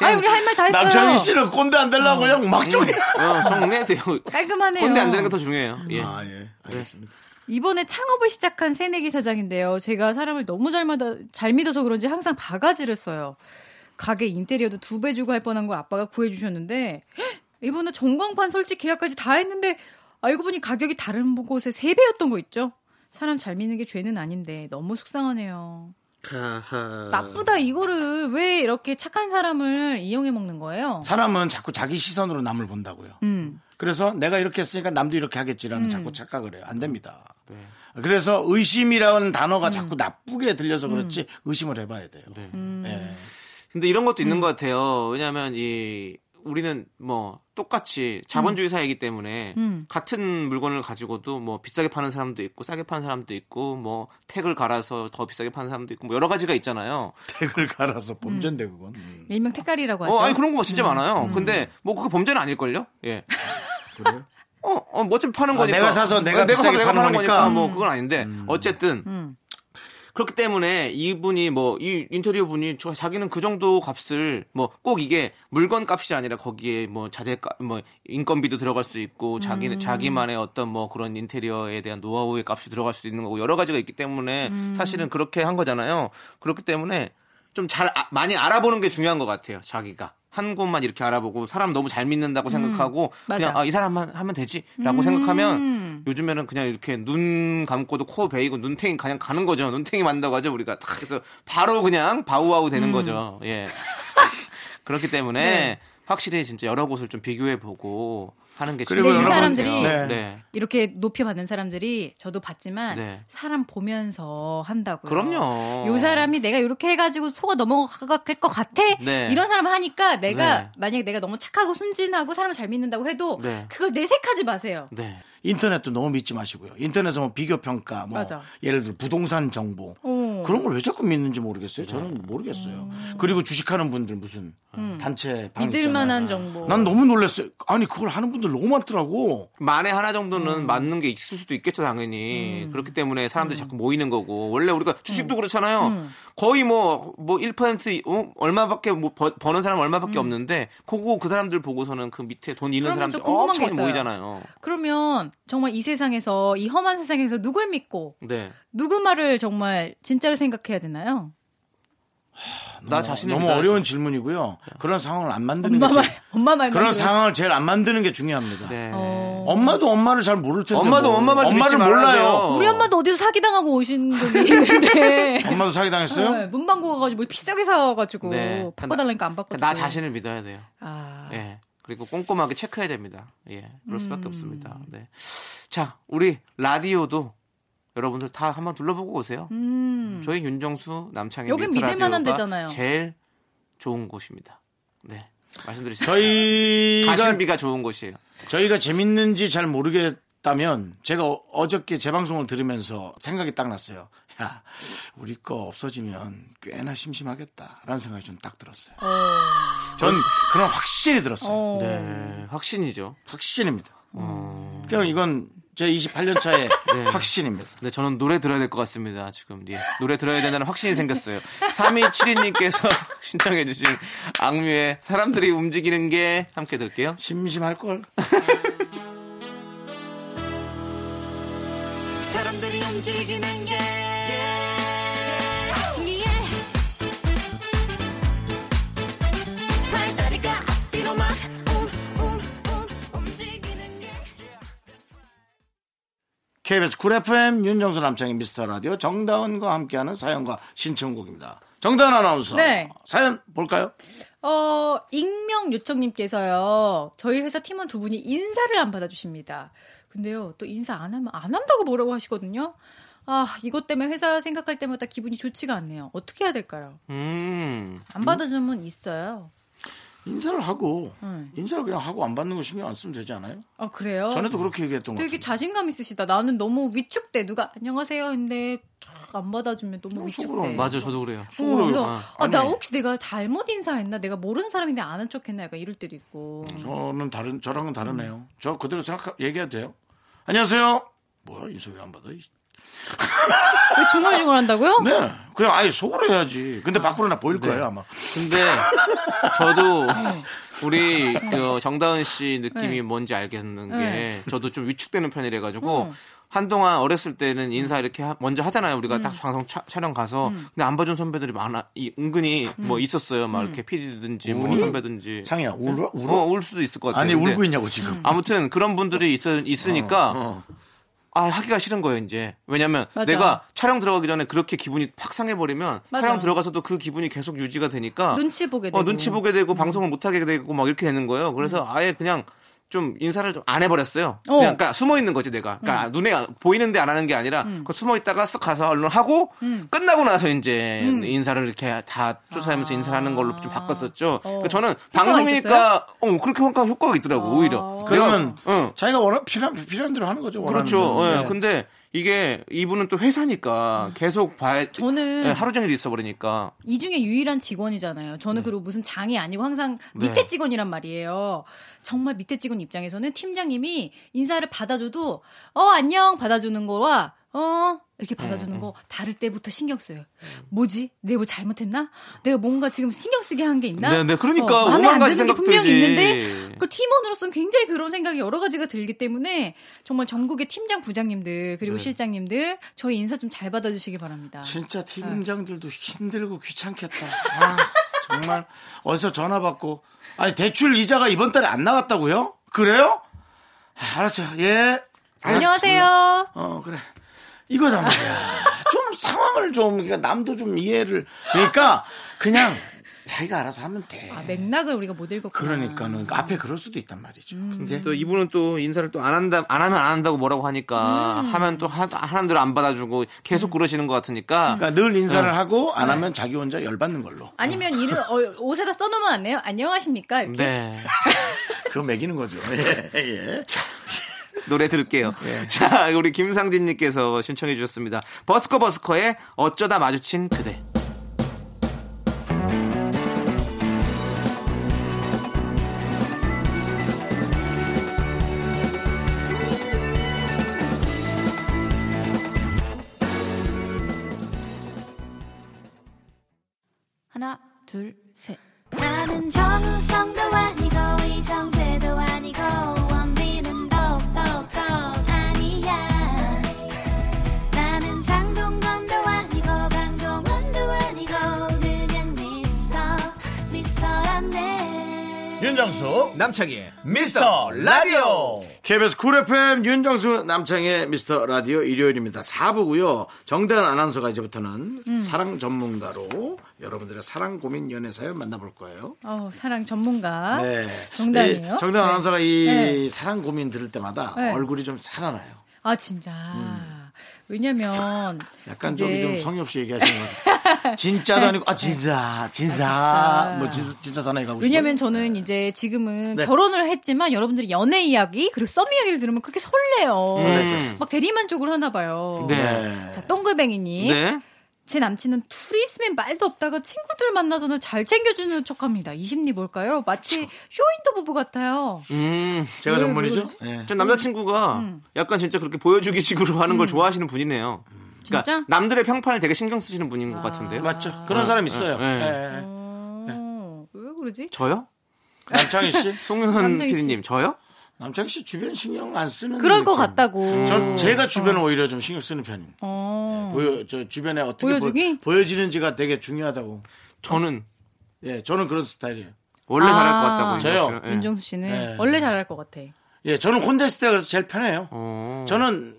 H: 아니, 우리 할 말 다
A: (laughs)
H: 했어요.
A: 남창희 씨는 꼰대 안 되려고 그냥 막 정리.
B: 어, 정리해도 돼요.
H: 깔끔하네요.
B: 꼰대 안 되는 게 더 중요해요. 예.
A: 아,
H: 네.
A: 예. 알겠습니다.
H: 이번에 창업을 시작한 새내기 사장인데요. 제가 사람을 너무 잘, 믿어, 잘 믿어서 그런지 항상 바가지를 써요. 가게 인테리어도 두 배 주고 할 뻔한 걸 아빠가 구해주셨는데 헉, 이번에 전광판 설치 계약까지 다 했는데 알고 보니 가격이 다른 곳에 세 배였던 거 있죠? 사람 잘 믿는 게 죄는 아닌데 너무 속상하네요. 나쁘다 이거를 왜 이렇게 착한 사람을 이용해 먹는 거예요?
A: 사람은 자꾸 자기 시선으로 남을 본다고요.
H: 음.
A: 그래서 내가 이렇게 했으니까 남도 이렇게 하겠지라는 자꾸 착각을
H: 어.
A: 해요. 안 됩니다.
H: 네.
A: 그래서 의심이라는 단어가
H: 음.
A: 자꾸 나쁘게 들려서 그렇지 의심을 해봐야 돼요.
B: 네. 음.
H: 음. 네.
A: 예.
B: 근데 이런 것도 있는 것 같아요. 왜냐하면 이 우리는 뭐 똑같이 자본주의 사회이기 때문에
H: 음.
B: 같은 물건을 가지고도 뭐 비싸게 파는 사람도 있고 싸게 파는 사람도 있고 뭐 택을 갈아서 더 비싸게 파는 사람도 있고 뭐 여러 가지가 있잖아요.
A: 택을 갈아서 범죄인데 그건. 음.
H: 일명 택갈이라고 하죠. 음.
B: 어, 아니 그런 거 진짜 많아요. 근데 뭐 그게 범죄는 아닐걸요? 예. 어, 어, 뭐 어차피 파는
A: 아,
B: 거니까.
A: 내가 사서 내가 비싸게 파는 거니까.
B: 뭐 그건 아닌데 어쨌든
H: 음.
B: 그렇기 때문에 이분이 뭐 이 인테리어 분이 저 자기는 그 정도 값을 뭐 꼭 이게 물건 값이 아니라 거기에 뭐 자재값 뭐 인건비도 들어갈 수 있고 자기
H: 음.
B: 는 자기만의 어떤 뭐 그런 인테리어에 대한 노하우의 값이 들어갈 수도 있는 거고 여러 가지가 있기 때문에
H: 음.
B: 사실은 그렇게 한 거잖아요. 그렇기 때문에 좀 잘 많이 알아보는 게 중요한 것 같아요. 자기가 한 곳만 이렇게 알아보고 사람 너무 잘 믿는다고 생각하고 그냥
H: 음, 맞아. 음.
B: 아, 이 사람만 하면 되지라고 생각하면 요즘에는 그냥 이렇게 눈 감고도 코 베이고 눈탱이 그냥 가는 거죠. 눈탱이 만다고 하죠. 우리가 딱 그래서 바로 그냥 바우아우 되는
H: 음.
B: 거죠. 예. (laughs) 그렇기 때문에
H: 네.
B: 확실히 진짜 여러 곳을 좀 비교해 보고 하는 게
A: 그리고
B: 진짜
H: 이
B: 중요한 것
H: 사람들이
B: 같아요.
A: 네.
B: 네.
H: 이렇게 높이 받는 사람들이 저도 봤지만
B: 네.
H: 사람 보면서 한다고요.
B: 그럼요.
H: 요 사람이 내가 이렇게 해가지고 속아 넘어갈 것 같아.
B: 네.
H: 이런 사람 하니까 내가
B: 네.
H: 만약에 내가 너무 착하고 순진하고 사람을 잘 믿는다고 해도
B: 네.
H: 그걸 내색하지 마세요.
B: 네.
A: 인터넷도 너무 믿지 마시고요. 인터넷에 뭐 비교 평가, 뭐
H: 맞아.
A: 예를 들어 부동산 정보,
H: 어. 네.
A: 그런 걸 왜 자꾸 믿는지 모르겠어요. 저는 모르겠어요. 그리고 주식하는 분들 무슨 단체 방
H: 음. 믿을
A: 있잖아요.
H: 만한 정보.
A: 난 너무 놀랐어요. 아니 그걸 하는 분들 너무 많더라고.
B: 만에 하나 정도는
H: 음.
B: 맞는 게 있을 수도 있겠죠, 당연히. 그렇기 때문에 사람들이 자꾸 모이는 거고. 원래 우리가
H: 음.
B: 주식도 그렇잖아요. 거의 뭐, 뭐 1%, 어? 얼마밖에, 뭐, 버, 버는 사람 얼마밖에 없는데, 그거 그 사람들 보고서는 그 밑에 돈 있는
H: 음. 그러면 저
B: 사람들
H: 궁금한 게
B: 엄청
H: 있어요.
B: 모이잖아요.
H: 그러면 정말 이 세상에서 이 험한 세상에서 누굴 믿고
B: 네.
H: 누구 말을 정말 진짜로 생각해야 되나요?
B: 나 자신을
A: 너무
B: 믿어야지.
A: 어려운 질문이고요. 그런 상황을 안 만드는
H: 엄마
A: 게
H: 말,
A: 제-
H: 엄마 말.
A: 그런
H: 믿어요.
A: 상황을 제일 안 만드는 게 중요합니다.
B: 네.
H: 어.
A: 엄마도 엄마를 잘 모를 텐데.
B: 엄마도
A: 뭐.
B: 엄마 말도
A: 엄마를
B: 믿지 말아야
A: 몰라요.
B: 돼요.
H: 우리 엄마도 어디서 사기당하고 오신 분이 있는데.
A: 엄마도 사기
H: 네,
A: 당했어요?
H: 문방구 가가지고 뭐 비싸게 사가지고
B: 네.
H: 바꿔달라니까 안 바꿔.
B: 나 자신을 믿어야 돼요.
H: 아,
B: 예. 그리고 꼼꼼하게 체크해야 됩니다. 예. 그럴 수밖에 없습니다.
H: 음.
B: 네. 자, 우리 라디오도 여러분들 다 한번 둘러보고 오세요. 저희 윤정수 남창희
H: 음. 여긴
B: 미스터
H: 믿을 만한
B: 라디오가
H: 데잖아요.
B: 제일 좋은 곳입니다. 네. 말씀드리겠습니다.
A: 저희가
B: 가심비가 좋은 곳이에요.
A: 저희가 재밌는지 잘 모르겠다면 제가 어- 어저께 재방송을 들으면서 생각이 딱 났어요. 야, 우리 거 없어지면 꽤나 심심하겠다라는 생각이 좀 딱 들었어요. 전 그런 확실히 들었어요.
H: 어.
B: 네. 확신이죠. 어.
A: 확신입니다. 그냥 이건 제 28년
B: (laughs)
A: 차의 확신입니다.
B: 네, 저는 노래 들어야 될 것 같습니다. 지금 예. 노래 들어야 된다는 확신이 생겼어요. 3272님께서 (laughs) 신청해 주신 악뮤의 사람들이 움직이는 게 함께 들을게요.
A: (laughs) 심심할 걸.
F: 사람들이 움직이는 게 예. 신기해 발다리가 앞뒤로 막 움움움 움직이는 게
A: KBS 쿨 FM 윤정수 남창희 미스터 라디오 정다은과 함께하는 사연과 신청곡입니다. 정다은 아나운서.
H: 네.
A: 사연 볼까요?
H: 어, 익명 요청님께서요. 저희 회사 팀원 두 분이 인사를 안 받아주십니다. 근데요, 또 인사 안 하면 안 한다고 뭐라고 하시거든요. 아, 이것 때문에 회사 생각할 때마다 기분이 좋지가 않네요. 어떻게 해야 될까요?
B: 음.
H: 안 받아주면 있어요.
A: 인사를 하고
H: 음.
A: 인사를 그냥 하고 안 받는 거 신경 안 쓰면 되지 않아요?
H: 아, 그래요?
A: 전에도 그렇게 얘기했던 거
H: 되게
A: 같아요.
H: 자신감 있으시다. 나는 너무 위축돼. 누가 안녕하세요 했는데 촥 안 받아주면 너무 위축돼.
A: 속으로는
B: 맞아, 저도 그래요.
H: 어, 그래서
A: 아,
H: 아, 나
A: 아니.
H: 혹시 내가 잘못 인사했나? 내가 모르는 사람인데 아는 척했나? 약간 이럴 때도 있고.
A: 음. 저는 다른 저랑은 다르네요.
H: 음.
A: 저 그대로 생각 얘기해도 돼요? 안녕하세요. 뭐야 인사 왜 안 받아? 이-
H: 왜 중얼중얼한다고요?
A: 네, 그냥 아예 속으로 해야지. 근데 밖으로 나 보일 거예요 아마.
B: 근데 저도 우리 그 정다은 씨 느낌이
H: 네.
B: 뭔지 알겠는 게
H: 네. 음.
B: 저도 좀 위축되는 편이래 가지고 한동안 어렸을 때는 인사 이렇게 하- 먼저 하잖아요. 우리가
H: 음.
B: 딱 방송 차- 촬영 가서 근데 안 봐준 선배들이 많아. 이 은근히
H: 음.
B: 뭐 있었어요. 막 이렇게 PD든지 뭐 선배든지
A: 상이야 네. 울어 울어. 네,
B: 어, 울 수도 있을 것
A: 뭐?
B: 같아요.
A: 아니
B: 근데
A: 울고 어, 있냐고 지금.
B: 아무튼 그런 분들이 있, 있으니까 아 하기가 싫은 거예요 이제 왜냐면
H: 맞아.
B: 내가 촬영 들어가기 전에 그렇게 기분이 확 상해버리면
H: 맞아.
B: 촬영 들어가서도 그 기분이 계속 유지가 되니까
H: 눈치 보게 되고. 음.
B: 어, 눈치 보게 되고 방송을 못 하게 되고 막 이렇게 되는 거예요 그래서 아예 그냥 좀 인사를 좀 안 해버렸어요
H: 어. 음.
B: 그냥 그러니까 숨어 있는 거지 내가 그러니까 눈에 안- 보이는데 안 하는 게 아니라 그 숨어 있다가 쓱 가서 얼른 하고
H: 음.
B: 끝나고 나서 이제 인사를 이렇게 다 쫓아내면서 인사를 하는 걸로 좀 바꿨었죠 그러니까 저는
H: 어. 효과가
B: 방송이니까 어, 그렇게 효과, 효과가 있더라고 오히려
H: 어.
A: 그러면
B: 응.
A: 자기가 원하 필요한 필요한 대로 하는 거죠. 원하는
B: 그렇죠.
A: 대로.
B: 예.
A: 네.
B: 근데 이게 이분은 또 회사니까
H: 음.
B: 계속 봐야
H: 저는
A: 네.
B: 예, 하루 종일 있어 버리니까.
A: 아,
H: 이 중에 유일한 직원이잖아요. 저는
B: 네.
H: 그리고 무슨 장이 아니고 항상 밑에 직원이란 말이에요. 정말 밑에 직원 입장에서는 팀장님이 인사를 받아줘도 어 안녕 받아주는 거와 어 이렇게
B: 네,
H: 받아주는 거 다를 때부터 신경 써요.
B: 음.
H: 뭐지? 내가 뭐 잘못했나? 내가 뭔가 지금 신경 쓰게 한 게 있나?
B: 네, 네. 그러니까
H: 어, 마음에
B: 오만
H: 안
B: 가지
H: 드는 게
B: 생각
H: 분명히
B: 들지.
H: 있는데 그 팀원으로서는 굉장히 그런 생각이 여러 가지가 들기 때문에 정말 전국의 팀장 부장님들 그리고
B: 네.
H: 실장님들 저희 인사 좀 잘 받아주시기 바랍니다.
A: 진짜 팀장들도 힘들고 귀찮겠다. 아, 정말 어디서 전화 받고 아니 대출 이자가 이번 달에 안 나갔다고요? 그래요? 아, 알았어요. 예. 아,
H: 안녕하세요.
A: 어 그래 이거다 말이야 좀 상황을 좀 그러니까 남도 좀 이해를 그러니까 그냥 자기가 알아서 하면 돼
H: 아, 맥락을 우리가 못 읽었구나.
A: 그러니까는 앞에 그럴 수도 있단 말이죠 근데
H: 음.
B: 또 이분은 또 인사를 또 안 한다 안 하면 안 한다고 뭐라고 하니까
H: 음.
B: 하면 또 하, 하는 대로 안 받아주고 계속 그러시는 것 같으니까
A: 그러니까 늘 인사를 하고 안 하면 자기 혼자 열받는 걸로
H: 아니면 이를 어, 옷에다 써놓으면 안 음.
A: 네.
H: 돼요? 안녕하십니까? 이렇게.
B: 네.
A: 그거 매기는 거죠 예, 예.
B: (laughs) 노래 들을게요.
H: 음. 네.
B: 자, 우리 김상진님께서 신청해 주셨습니다. 버스커 버스커의 어쩌다 마주친 그대.
H: 하나, 둘, 셋.
F: 나는 정우성도 아니고 이정재도 아니고 원빈은 더욱더 아니야 나는 장동건도 아니고 강동원도 아니고 그냥 미스터 미스터란데
A: 윤정수
B: 남창희의
A: 미스터 라디오 KBS 쿨 FM 윤정수 남창의 미스터 라디오 일요일입니다 4부고요 정대한 아나운서가 이제부터는 사랑 전문가로 여러분들의 사랑 고민 연애 사연 만나볼 거예요
H: 어, 사랑 전문가.
A: 네.
H: 정답이에요.
A: 이 정대한 아나운서가 이
H: 네.
A: 사랑 고민 들을 때마다
H: 네.
A: 얼굴이 좀 살아나요
H: 아, 진짜. 왜냐면
A: 약간
H: 이제-
A: 저기 좀 성의 없이 얘기하시는
H: (laughs)
A: 거 진짜도 아니고 아 진사 진사
H: 네. 진짜.
A: 뭐 진사, 진짜 사나이 가고
H: 왜냐면
A: 싶어요?
H: 저는 이제 지금은
A: 네.
H: 결혼을 했지만 여러분들이 연애 이야기 그리고 썸 이야기를 들으면 그렇게 설레요.
A: 설레죠.
H: 막 대리만족을 하나 봐요.
A: 네.
H: 자, 똥글뱅이님.
B: 네.
H: 제 남친은 투리스맨 말도 없다가 친구들 만나서는 잘 챙겨주는 척합니다. 이 심리 뭘까요? 마치 쇼인도 부부 같아요.
B: 음.
A: 제가
H: 왜
A: 전문이죠
H: 모르지?
A: 예.
B: 전 남자친구가
H: 음.
B: 약간 진짜 그렇게 보여주기식으로 하는 걸 좋아하시는 분이네요. 그러니까
H: 진짜? 아.
B: 남들의 평판을 되게 신경 쓰시는 분인 것 같은데요.
A: 맞죠 그런 사람 있어요
B: 네.
A: 예.
H: 어,
A: 네.
H: 왜 그러지?
A: 음.
B: 저요?
A: 남창희 씨
B: (laughs) 송윤선
H: 남성이
B: PD님 저요?
A: 남창희 씨 주변 신경 안 쓰는
H: 그럴 것
A: 느낌.
H: 같다고.
A: 음. 전 제가 주변을 오히려 좀 신경 쓰는 편입니다.
H: 어.
A: 보여 저 주변에 어떻게
H: 보여주기?
A: 보, 여지는지가 되게 중요하다고.
B: 저는
A: 예, 저는 그런 스타일이에요.
B: 원래
H: 아.
B: 잘할 것 같다고
A: 저요?
B: 얘기했어요. 예.
H: 윤정수 씨는
A: 네.
H: 원래 잘할 것 같아.
A: 예, 저는 혼자 있을 때 그래서 제일 편해요.
B: 어.
A: 저는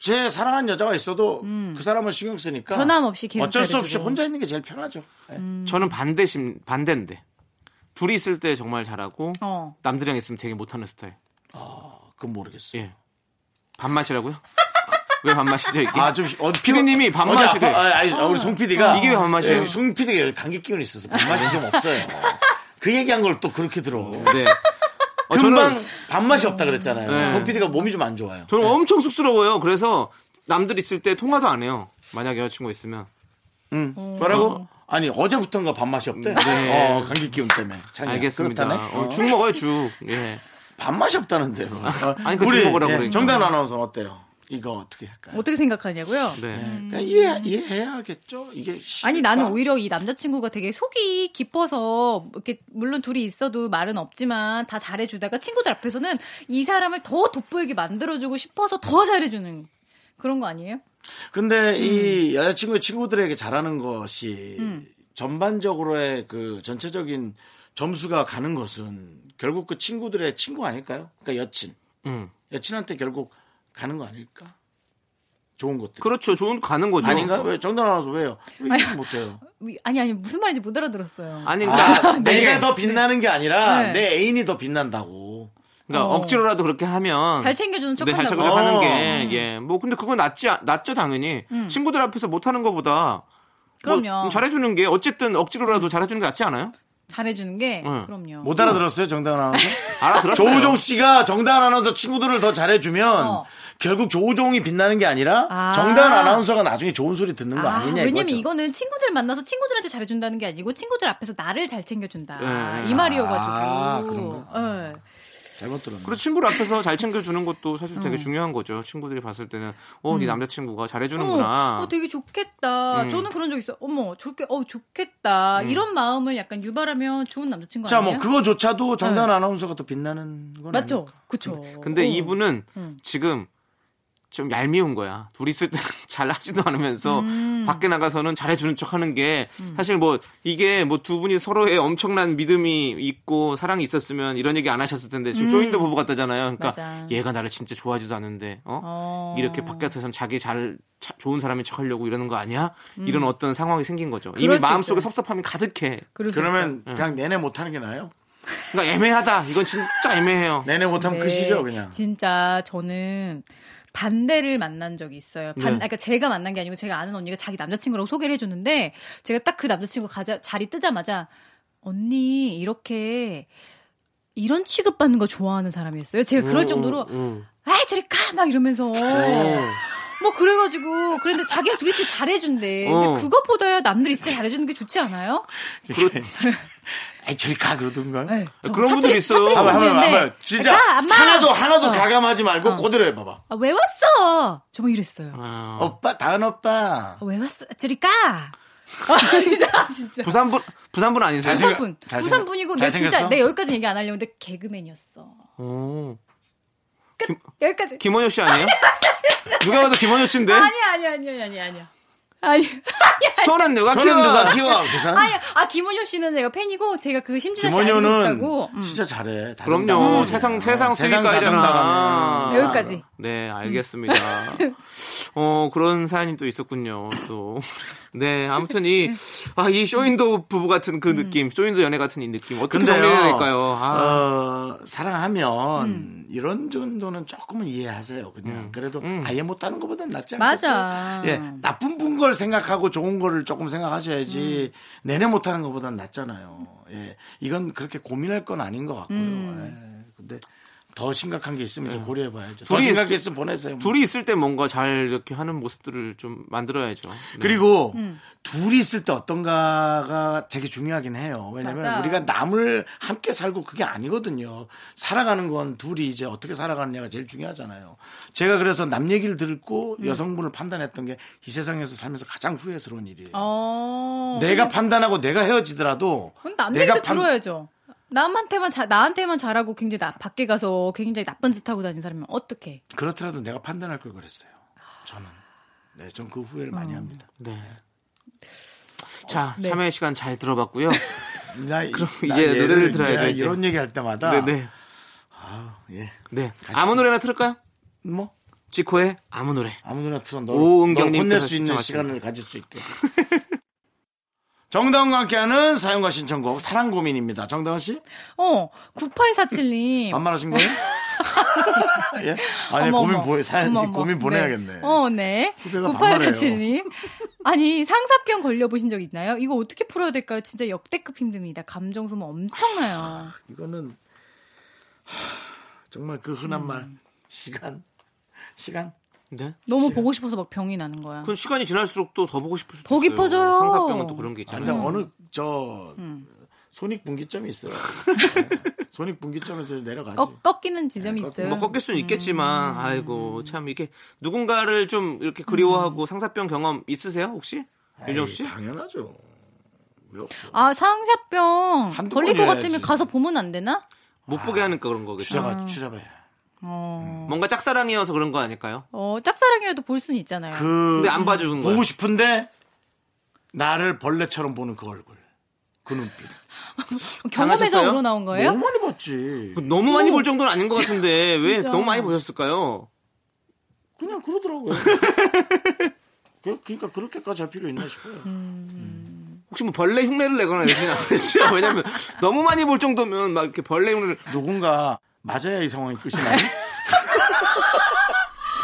A: 제 사랑하는 여자가 있어도
B: 음.
A: 그 사람을 신경 쓰니까
H: 변함없이 계속
A: 어쩔 수
H: 잘해주고.
A: 없이 혼자 있는 게 제일 편하죠. 예.
B: 저는 반대심 반대인데 둘이 있을 때 정말 잘하고
H: 어.
B: 남들이랑 있으면 되게 못하는 스타일.
A: 그건 모르겠어요.
B: 예.
H: (laughs)
B: 밥맛이라고요? 왜 밥맛이죠 이게?
A: 아, 좀 어,
B: 피디님이
A: 어제
B: 반맛이래.
A: 아파- 아, 아니, 아, 우리 송 PD가
B: 어,
A: 예,
B: 이게 왜 반맛이에요?
A: 송 PD가 감기 기운이 있어서 반맛이 좀 없어요. (laughs) 그 얘기한 걸 또 그렇게 들어.
B: 네. 어,
A: 금방
B: 저는
A: 밥맛이 없다 그랬잖아요.
B: 네.
A: 송 PD가 몸이 좀 안 좋아요.
B: 저는 엄청 쑥스러워요. 그래서 남들 있을 때 통화도 안 해요. 만약 여자친구 있으면.
A: 응. 음. 뭐라고? 아니 어제부터인가 밥맛이 없대.
B: 어. 네.
A: 어 감기 기운 때문에. 자기야,
B: 알겠습니다.
A: 그렇다네?
B: 어,
A: 어,
B: 죽 먹어요 죽. 예.
A: 밥맛이 없다는데. 뭐. 어,
B: 아니, 그거 좀 먹으라고 그러니까.
A: 정단 아나운서 어때요? 이거 어떻게 할까요? 예,
H: 어떻게 생각하냐고요?
B: 네.
A: 그냥 이해 이해해야겠죠. 이게 싫다.
H: 음. 아니 나는 오히려 이 남자친구가 되게 속이 깊어서 이렇게 물론 둘이 있어도 말은 없지만 다 잘해주다가 친구들 앞에서는 이 사람을 더 돋보이게 만들어주고 싶어서 더 잘해주는 그런 거 아니에요?
A: 근데
H: 음.
A: 이 여자친구의 친구들에게 잘하는 것이 전반적으로의 그 전체적인 점수가 가는 것은 결국 그 친구들의 친구 아닐까요? 그러니까 여친.
B: 음.
A: 여친한테 결국 가는 거 아닐까? 좋은 것들.
B: 그렇죠. 좋은 가는 거죠.
A: 아닌가? 왜 정답 나와서 왜요? 왜 이거 못해요?
H: 위- 아니 아니 무슨 말인지 못 알아들었어요.
B: 아니 그러니까,
A: 아, 내가 더 빛나는 게 아니라
H: 네.
A: 내 애인이 더 빛난다고.
B: 그러니까
H: 어.
B: 억지로라도 그렇게 하면
H: 잘 챙겨주는 척
B: 네, 잘
H: 한다고.
B: 착각을 하는
A: 음.
B: 게, 예. 뭐, 근데 그건 낫지, 낫죠, 당연히. 친구들 앞에서 못하는 것보다. 뭐
H: 음. 그럼요.
B: 잘해주는 게, 어쨌든 억지로라도 잘해주는 게 낫지 않아요?
H: 잘해주는
B: 네.
H: 게 그럼요.
A: 못 알아들었어요, 정답
H: (laughs)
A: 아나운서?
B: 알아들었어요.
A: 조우종 씨가 정답 아나운서 친구들을 더 잘해주면
H: 어.
A: 결국 조우종이 빛나는 게 아니라
H: 아.
A: 정답 아나운서가 나중에 좋은 소리 듣는 거
H: 아,
A: 아, 니냐
H: 왜냐면
A: 이거죠.
H: 이거는 친구들 만나서 친구들한테 잘해준다는 게 아니고 친구들 앞에서 나를 잘 챙겨준다
B: 네.
H: 이 말이어가지고.
A: 아, 그런
H: 네.
A: 잘못 들었네.
B: 그리고 친구를 앞에서 잘 챙겨주는 것도 사실
H: 음.
B: 되게 중요한 거죠. 친구들이 봤을 때는, 어, 네 남자친구가 잘해주는구나.
H: 어, 어, 되게 좋겠다. 저는 그런 적 있어. 어머, 저렇게, 어, 좋겠다. 이런 마음을 약간 유발하면 좋은 남자친구
A: 자,
H: 아니에요?
A: 뭐 그거조차도 정답 아나운서가 더 빛나는 건
H: 맞죠?
A: 아닐까?
H: 그쵸.
B: 근데
H: 어.
B: 이분은 지금 좀 얄미운 거야. 둘이 있을 때는 (laughs) 잘 하지도 않으면서
H: 음.
B: 밖에 나가서는 잘해주는 척 하는 게 사실 뭐 이게 뭐 두 분이 서로의 엄청난 믿음이 있고 사랑이 있었으면 이런 얘기 안 하셨을 텐데 지금 쇼인도 부부 같다잖아요. 그러니까
H: 음. 맞아.
B: 얘가 나를 진짜 좋아하지도 않는데 어?
H: 어.
B: 이렇게 바깥에선 자기 잘 차- 좋은 사람인 척 하려고 이러는 거 아니야? 이런 어떤 상황이 생긴 거죠.
H: 음. 그럴
B: 이미
H: 수
B: 마음속에
H: 있죠.
B: 섭섭함이 가득해.
H: 그럴 수 있어요.
A: 그러면 그냥 내내 못하는 게 나아요?
B: 그러니까 애매하다. 이건 진짜 애매해요.
A: 내내 못하면
H: (laughs) 네,
A: 끝이죠, 그냥.
H: 진짜 저는 반대를 만난 적이 있어요. 반,
B: 네.
H: 아니, 그러니까 제가 만난 게 아니고 제가 아는 언니가 자기 남자친구라고 소개를 해줬는데 제가 딱 그 남자친구 가자, 자리 뜨자마자 언니 이렇게 이런 취급받는 거 좋아하는 사람이었어요. 제가 그럴 정도로
B: 음. 네.
H: 아 저리 가 막 이러면서 뭐 그래가지고 그런데 자기랑 둘이 있을 때 잘해준대.
B: 어.
H: 근데 그것보다야 남들 있을 때 잘해주는 게 좋지 않아요?
A: (laughs) 아이 저리 가 그러던가.
H: 네, 저
B: 그런 분들
H: 사투리-
B: 있어요.
H: 사투리
A: 한번
B: 한번,
A: 한번
H: 모르겠는데
A: 한번 진짜
H: 가, 엄마!
A: 하나도
H: 어.
A: 하나도 가감하지 말고 그대로 해봐봐.
H: 아, 왜 왔어? 저뭐 이랬어요.
B: 아,
A: 오빠 다은 오빠.
H: 아, 왜 왔어? 저리 가. (laughs) 아, 진짜 진짜.
B: 부산분 부산분 아니세요?
A: 잘생-
H: 부산분
A: 잘생겨-
H: 부산분이고 내 진짜
A: 잘생겼어?
H: 내 여기까지 얘기 안 하려는데 개그맨이었어.
B: 오.
H: 여기까지.
B: 김원효 씨 아니에요? 누가 봐도 김원효
A: 네?
B: 씨인데
H: 아니 아니 아니 아니 아니 아니. 아니
B: 손은 누가 키워?
A: 손은 누가 키워? 그 사람?
H: (laughs) 아니 아 김원효 씨는 내가 팬이고 제가 그 심지어 잘 알고
A: 김원효는
H: 있다고. 음.
A: 진짜 잘해. 다른
B: (laughs) 그럼요.
A: 나라는.
B: 세상 세상
A: 음. 어, 세상
B: 쓰기까지잖아.
A: 자존감이야.
H: 여기까지.
B: 네,
H: (laughs)
B: 알겠습니다. 어, 그런 사연이 또 있었군요. 또. (laughs) 네, 아무튼 이, 아, 이 쇼윈도 부부 같은
H: 음.
B: 그 느낌, 쇼윈도 연애 같은 이 느낌. 어떻게
A: 근데요.
B: 정리해야 될까요? 아,
A: 어, 사랑하면
H: 음.
A: 이런 정도는 조금은 이해하세요. 그냥
B: 음.
A: 그래도 아예 못하는 것보다는 낫지 않겠어요?
H: 맞아.
A: 예, 나쁜 분 걸 생각하고 좋은 거를 조금 생각하셔야지
H: 음.
A: 내내 못하는 것보다는 낫잖아요. 예, 이건 그렇게 고민할 건 아닌 것 같고요.
H: 음.
A: 예, 근데 더 심각한 게 있으면 좀 고려해봐야죠. 더
B: 예. 둘이-
A: 심각한 게 있으면 보내세요. 뭐.
B: 둘이 있을 때 뭔가 잘 이렇게 하는 모습들을 좀 만들어야죠. 네.
A: 그리고
H: 음.
A: 둘이 있을 때 어떤가가 되게 중요하긴 해요. 왜냐면
H: 맞아.
A: 우리가 남을 함께 살고 그게 아니거든요. 살아가는 건 둘이 이제 어떻게 살아가느냐가 제일 중요하잖아요. 제가 그래서 남 얘기를 듣고
H: 음.
A: 여성분을 판단했던 게 이 세상에서 살면서 가장 후회스러운 일이에요.
H: 어.
A: 내가 판단하고 내가 헤어지더라도
H: 근데 남
A: 내가
H: 얘기도 들어야죠. 남한테만 자, 나한테만 잘하고 굉장히 나, 밖에 가서 굉장히 나쁜 짓 하고 다니는 사람이면 어떡해?
A: 그렇더라도 내가 판단할 걸 그랬어요. 저는 네, 전 그 후회를
H: 음.
A: 많이 합니다.
B: 네.
H: 어,
B: 자,
H: 네.
B: 참여의 시간 잘 들어봤고요.
A: 나, 그럼
B: 이제 노래를 들어야 되지.
A: 이런 얘기 할 때마다
B: 네, 네.
A: 예.
B: 네. 아무 노래나 틀을까요?
A: 뭐
B: 지코의 아무 노래.
A: 아무 노래나 틀어 너
B: 오은경님
A: 너 혼낼
B: 께서
A: 수 있는
B: 신청하신
A: 시간을 가질 수 있게 (laughs) 정다운과 함께하는 사연과 신청곡 사랑 고민입니다 정다운 씨
H: 어, 9847님.
A: 반말하신
H: (laughs)
A: 거예요? 예? 아니
H: 네. 어머,
A: 고민
H: 어머.
A: 보내 사연
H: 어머, 어머.
A: 고민 보내야겠네
H: 네. 어, 네.
A: 후배가
H: 9847님. 아니, 상사병 걸려보신 적 있나요? 이거 어떻게 풀어야 될까요? 진짜 역대급 힘듭니다. 감정 소모 엄청나요.
A: 아, 이거는 하, 정말 그 흔한
H: 음.
A: 말 시간 시간
B: 네.
H: 너무 보고 싶어서 막 병이 나는 거야.
B: 음. 그건 시간이 지날수록 또 더 보고 싶을 수도
H: 더 깊어져요.
B: 있어요. 상사병은 또 그런 게
A: 근데
H: 음.
B: 있잖아요.
A: 어느 저 손익분기점이 있어요
H: (laughs)
A: 네. 손익분기점에서 내려가지
H: 꺾, 꺾이는 지점이
A: 네,
H: 있어요.
A: 꺾-
B: 뭐 꺾일 수는 있겠지만 아이고 참 이렇게 누군가를 좀 이렇게 그리워하고
H: 음.
B: 상사병 경험 있으세요 혹시 윤정
A: 에이,
B: 씨?
A: 당연하죠 왜 없어
H: 아, 상사병
A: 한두
H: 걸릴 것
A: 번이어야지.
H: 같으면 가서 보면 안 되나?
B: 못 보게 하니까 그런 거겠죠.
A: 추잡아 추잡해
H: 어,
B: 뭔가 짝사랑이어서 그런 거 아닐까요?
H: 어 짝사랑이라도 볼 수는 있잖아요.
A: 그
B: 근데 안 봐주는 거예요.
A: 보고 싶은데 나를 벌레처럼 보는 그 얼굴 그 눈빛
H: 경험에서
B: 당하셨어요?
H: 우러나온 거예요?
A: 너무 많이 봤지
B: 너무 많이 볼 정도는 아닌 것
H: (laughs)
B: 같은데 왜
H: 진짜.
B: 너무 많이 보셨을까요?
A: 그냥 그러더라고요
H: (laughs)
A: 그- 그러니까 그렇게까지 할 필요 있나 싶어요
B: 혹시 뭐 벌레 흉내를 내거나 이러진
H: (laughs)
B: 않으시죠? 왜냐면 너무 많이 볼 정도면 막 이렇게 벌레 흉내를
A: 누군가 맞아야 이 상황이 끝이
H: (laughs)
A: 나요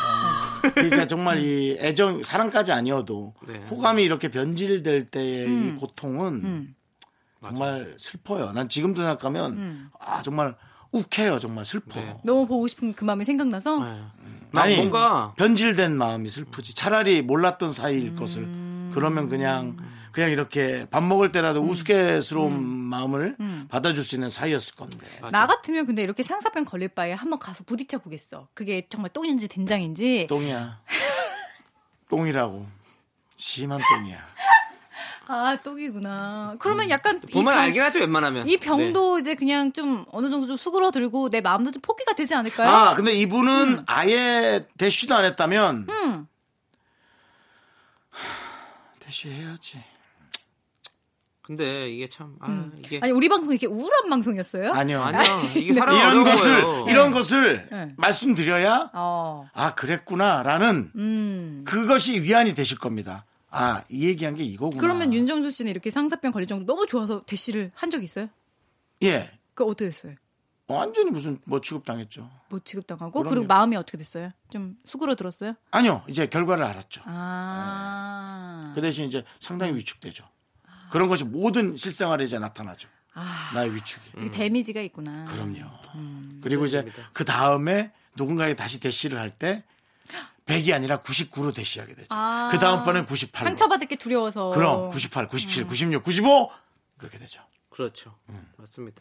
A: 아, 그러니까 정말 이 애정 사랑까지 아니어도
B: 네.
A: 호감이 이렇게 변질될 때의
H: 음.
A: 이 고통은 정말 슬퍼요 난 지금도 생각하면
H: 음.
A: 아 정말 욱해요 정말 슬퍼
B: 네.
H: 너무 보고 싶은 그 마음이 생각나서
A: 네,
B: 막
A: 아니,
B: 뭔가
A: 변질된 마음이 슬프지. 차라리 몰랐던
H: 음.
A: 사이일 것을. 그러면 그냥 그냥 이렇게 밥 먹을 때라도
H: 음.
A: 우스갯스러운 마음을 받아줄 수 있는 사이였을 건데.
H: 나 같으면 근데 이렇게 상사병 걸릴 바에 한번 가서 부딪혀 보겠어. 그게 정말 똥인지 된장인지. (laughs)
A: 똥이야. 똥이라고. 심한 똥이야.
H: 아 똥이구나. 그러면
A: 음.
H: 약간 이,
B: 보면
H: 병,
B: 알긴 하죠 웬만하면. 네.
H: 도 이제 그냥 좀 어느 정도 좀 수그러들고 내 마음도 좀 포기가 되지 않을까요?
A: 아 근데 이분은 아예 대쉬도 안 했다면.
H: 음.
A: 하, 대쉬해야지.
B: 네. 근데 이게 참 아, 이게
H: 아니 우리 방송 이렇게 우울한 방송이었어요?
A: 아니요.
B: 아니요 이게 사람
A: 이런
B: 어려운
A: 것을
B: 거예요.
A: 이런 것을
H: 네.
A: 말씀드려야
H: 어.
A: 아 그랬구나라는
H: 음.
A: 그것이 위안이 되실 겁니다. 아, 이 얘기한 게 이거구나.
H: 그러면 윤정수 씨는 이렇게 상사병 걸릴 정도 너무 좋아서 대시를 한 적 있어요?
A: 예.
H: 그 어떻게 됐어요?
A: 완전히 무슨 뭐 취급당했죠.
H: 뭐 취급당하고
A: 그럼요.
H: 그리고 마음이 어떻게 됐어요? 좀 수그러들었어요?
A: 아니요. 이제 결과를 알았죠.
H: 아.
A: 그 대신 이제 상당히 위축되죠. 그런 것이 모든 실생활에 이제 나타나죠.
H: 아.
A: 나의 위축이.
H: 이 데미지가 그 있구나. 음.
A: 그럼요. 그리고 이제 그 다음에 누군가에게 다시 대시를 할 때 100이 아니라 99로 대시하게 되죠.
H: 아. 어.
A: 그 다음번엔 98로.
H: 상처받을 게 두려워서.
A: 그럼 98, 97, 96, 95 그렇게 되죠.
B: 그렇죠.
A: 음.
B: 맞습니다.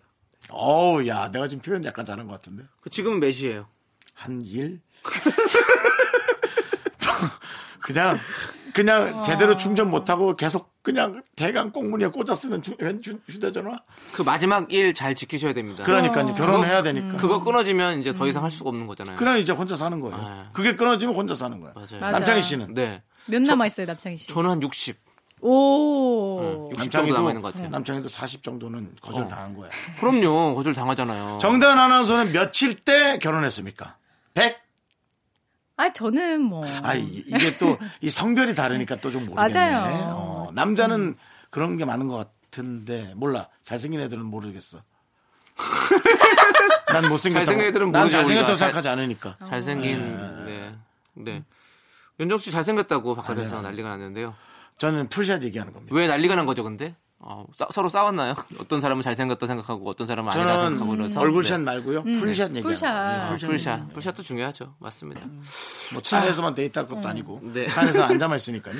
A: 어우, 야, 내가 지금 표현 약간 잘한 것 같은데.
B: 그 지금은 몇 시예요?
A: 한 일? (laughs) 그냥, 그냥 제대로 충전 못하고 계속 그냥 대강 꽁무니에 꽂아 쓰는 주- 휴- 휴대전화?
B: 그 마지막 일 잘 지키셔야 됩니다.
A: 그러니까요. 결혼해야 되니까.
B: 그거 끊어지면 이제 더 이상 할 수가 없는 거잖아요.
A: 음. 그냥 이제 혼자 사는 거예요.
B: 아.
A: 그게 끊어지면 혼자 사는 거야.
B: 맞아요.
H: 맞아.
A: 남창희 씨는?
B: 네.
H: 몇 남아 있어요, 남창희 씨?
B: 저는 한 60.
A: 음.
H: 오.
B: 60 정도 남아 있는 것 같아요. 어.
A: 남창희도 40 정도는 거절 당한 거야.
B: 그럼요. 거절 당하잖아요.
A: 정단 아나운서는 며칠 때 결혼했습니까? 100?
H: 아, 저는 뭐.
A: 아, 이- 이게 또 이 성별이 다르니까 또 좀 모르겠네.
H: 맞아요.
A: 어, 남자는 그런 게 많은 것 같은데 몰라. 잘생긴 애들은
B: (laughs)
A: 모르겠어. 난 못생겼다고.
B: 잘생긴 애들은
A: 난
B: 모르죠,
A: 잘생겼다고
B: 우리가.
A: 생각하지 않으니까.
B: 잘생긴
A: 음.
B: 네. 네. 윤정 씨 잘생겼다고 바깥에서 난리가 났는데요.
A: 저는 풀샷 얘기하는 겁니다.
B: 왜 난리가 난 거죠, 근데? 어, 싸- 서로 싸웠나요? (laughs) 어떤 사람은 잘생겼다 생각하고 어떤 사람은 아니다
A: 저는
B: 생각하고 그래서
A: 얼굴샷 말고요. 풀샷 얘기하는
H: 음. 풀샷.
A: 거예요.
B: 네. 풀샷. 풀샷도 중요하죠. 맞습니다.
A: 뭐 차에서만 데이트할
H: 음.
A: 것도 아니고
B: 네.
A: 차에서 앉아만 있으니까요.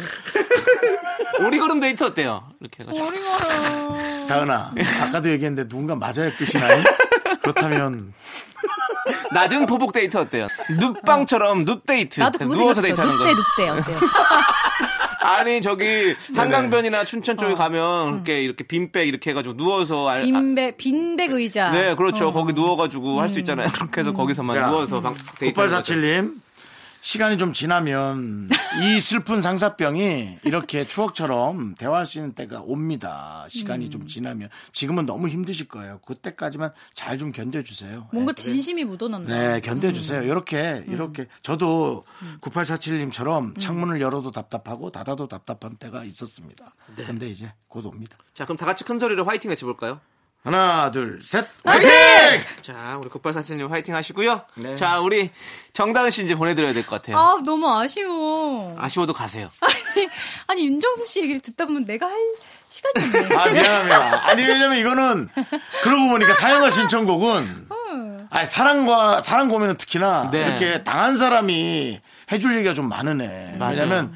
B: 오리걸음 데이트 어때요? 이렇게 해가지고.
H: 머리 멀어.
B: (laughs)
A: 다은아,
B: 네.
A: 아까도 얘기했는데 누군가 맞아야 끝이나요? 그렇다면
B: 낮은 포복 데이트 어때요? 눕방처럼 눕 데이트.
H: 나도 그거
B: 누워서 데이트하는
H: 생각했어.
B: 거.
H: 눕대, 눕대.
B: (laughs)
H: 어때요?
B: 아니 저기 한강변이나 춘천 쪽에 가면 이렇게 이렇게 빈백 이렇게 해가지고 누워서 알, 아,
H: 어. 빈백, 어. 음. 빈백 의자.
B: 네 그렇죠 거기 누워가지고 할 수 있잖아요 그렇게 해서 거기서만
A: 자,
B: 누워서 방 데이트
A: 9847님 시간이 좀 지나면 이 슬픈 상사병이 이렇게 추억처럼 대화할 수 있는 때가 옵니다. 시간이 좀 지나면 지금은 너무 힘드실 거예요. 그때까지만 잘 좀 견뎌주세요.
H: 뭔가
A: 네.
H: 진심이 묻어난다.
A: 네, 견뎌주세요. 이렇게, 이렇게. 저도 9847님처럼 창문을 열어도 답답하고 닫아도 답답한 때가 있었습니다. 근데 이제 곧 옵니다.
B: 자 그럼 다 같이 큰 소리로 화이팅 외쳐볼까요?
A: 하나, 둘, 셋, 화이팅!
B: 자 우리 급발사치님 화이팅 하시고요
A: 네.
B: 자 우리 정다은 씨 이제 보내드려야 될 것 같아요
H: 아, 너무 아쉬워.
B: 아쉬워도 가세요
H: 아니, 아니, 윤정수 씨 얘기를 듣다 보면 내가 할 시간이 없네.
A: 아 미안합니다. 아니 왜냐면 이거는 그러고 보니까 사연과 신청곡은 아니 사랑과 사랑 고민은 특히나
B: 네.
A: 이렇게 당한 사람이 해줄 얘기가 좀 많으네.
B: 맞아요.
A: 왜냐면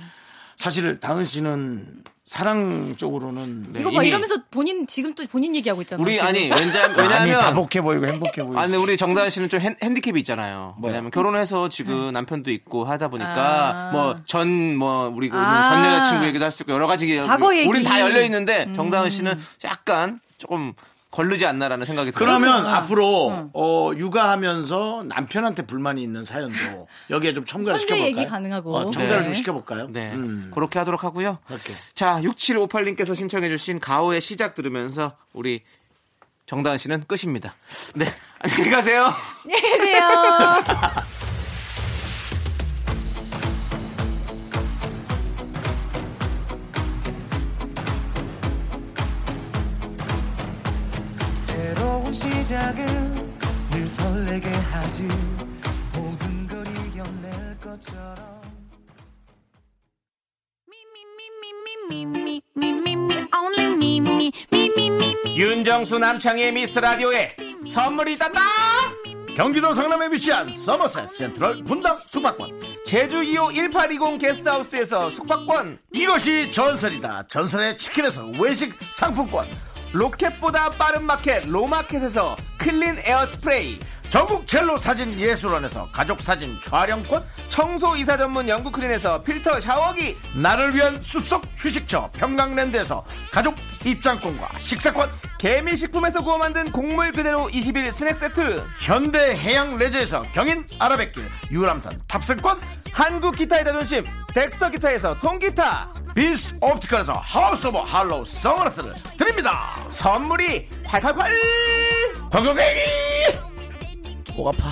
A: 사실 다은 씨는 사랑 쪽으로는
B: 네,
H: 이거 봐,
B: 이미
H: 이러면서 본인, 지금 또 본인 얘기하고 있잖아.
B: 우리
H: 지금.
A: (laughs)
B: 아니 왜냐,
A: 많이
B: 왜냐하면
A: 다복해 보이고 행복해 보이고
B: 아, 근데 우리 정다은 씨는 좀 핸, 핸디캡이 있잖아요.
A: 뭐요?
B: 왜냐면 결혼해서 지금 남편도 있고 하다 보니까
H: 아.
B: 뭐 전 뭐 우리 그전
H: 아.
B: 여자친구 얘기도 할 수 있고 여러 가지 얘기.
H: 과거 얘기. 음.
B: 우린 다 열려 있는데 정다은 씨는 약간 조금 걸르지 않나라는 생각이 들어요.
A: 그러면
H: 아.
A: 앞으로 어, 육아하면서 남편한테 불만이 있는 사연도 여기에 좀 첨가를
H: 현재
A: 시켜볼까요?
H: 얘기 가능하고.
A: 어, 첨가를
B: 네.
A: 좀 시켜볼까요?
B: 네.
A: 음.
B: 그렇게 하도록 하고요.
A: 그렇게.
B: 자, 6758님께서 신청해주신 가오의 시작 들으면서 우리 정다은 씨는 끝입니다. 네. (laughs) 안녕히 가세요.
H: 안녕히 계세요.
B: (laughs)
G: 새로운 시작은 늘 설레게 하지 모든 걸 이겨낼 것처럼
B: 윤정수 남창의 미스터 라디오에 선물이 있단다!
A: 경기도 성남에 위치한 서머셋 센트럴 분당 숙박권
B: 제주 2호 1820 게스트하우스에서 숙박권!
A: 이것이 전설이다. 전설의 치킨에서 외식 상품권.
B: 로켓보다 빠른 마켓 로마켓에서 클린 에어 스프레이
A: 전국 첼로 사진 예술원에서 가족 사진 촬영권.
B: 청소 이사 전문 영국 클린에서 필터 샤워기
A: 나를 위한 숲속 휴식처 평강랜드에서 가족 입장권과 식사권.
B: 개미 식품에서 구워 만든 곡물 그대로 21 스낵 세트
A: 현대 해양 레저에서 경인 아라뱃길 유람선 탑승권.
B: 한국 기타의 자존심 덱스터 기타에서 통기타
A: 빈스 옵티컬에서 하우스 오브 할로우 선글라스를 드립니다.
B: 선물이 콸콸콸
A: 광고객이 목 아파.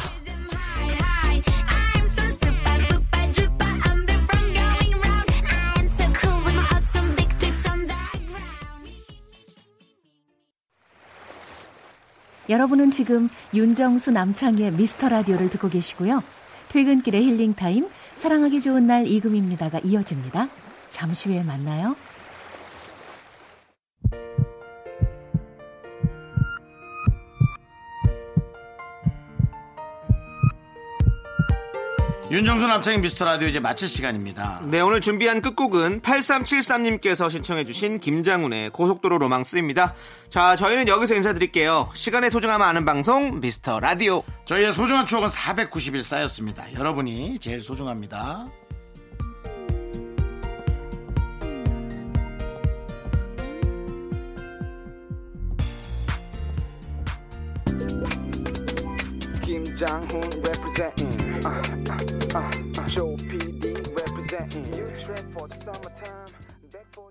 I: 여러분은 지금 윤정수 남창희의 미스터 라디오를 듣고 계시고요. 퇴근길의 힐링 타임, 사랑하기 좋은 날 이금입니다가 이어집니다. 잠시 후에 만나요.
A: 윤정수 남창의 미스터 라디오 이제 마칠 시간입니다.
B: 네, 오늘 준비한 끝곡은 8373님께서 신청해주신 김장훈의 고속도로 로망스입니다. 자, 저희는 여기서 인사드릴게요. 시간의 소중함을 아는 방송, 미스터 라디오.
A: 저희의 소중한 추억은 490일 쌓였습니다. 여러분이 제일 소중합니다.
G: 김장훈 representing 아, 아, 아, 아. 쇼 PD representing You trap for the summertime Back for the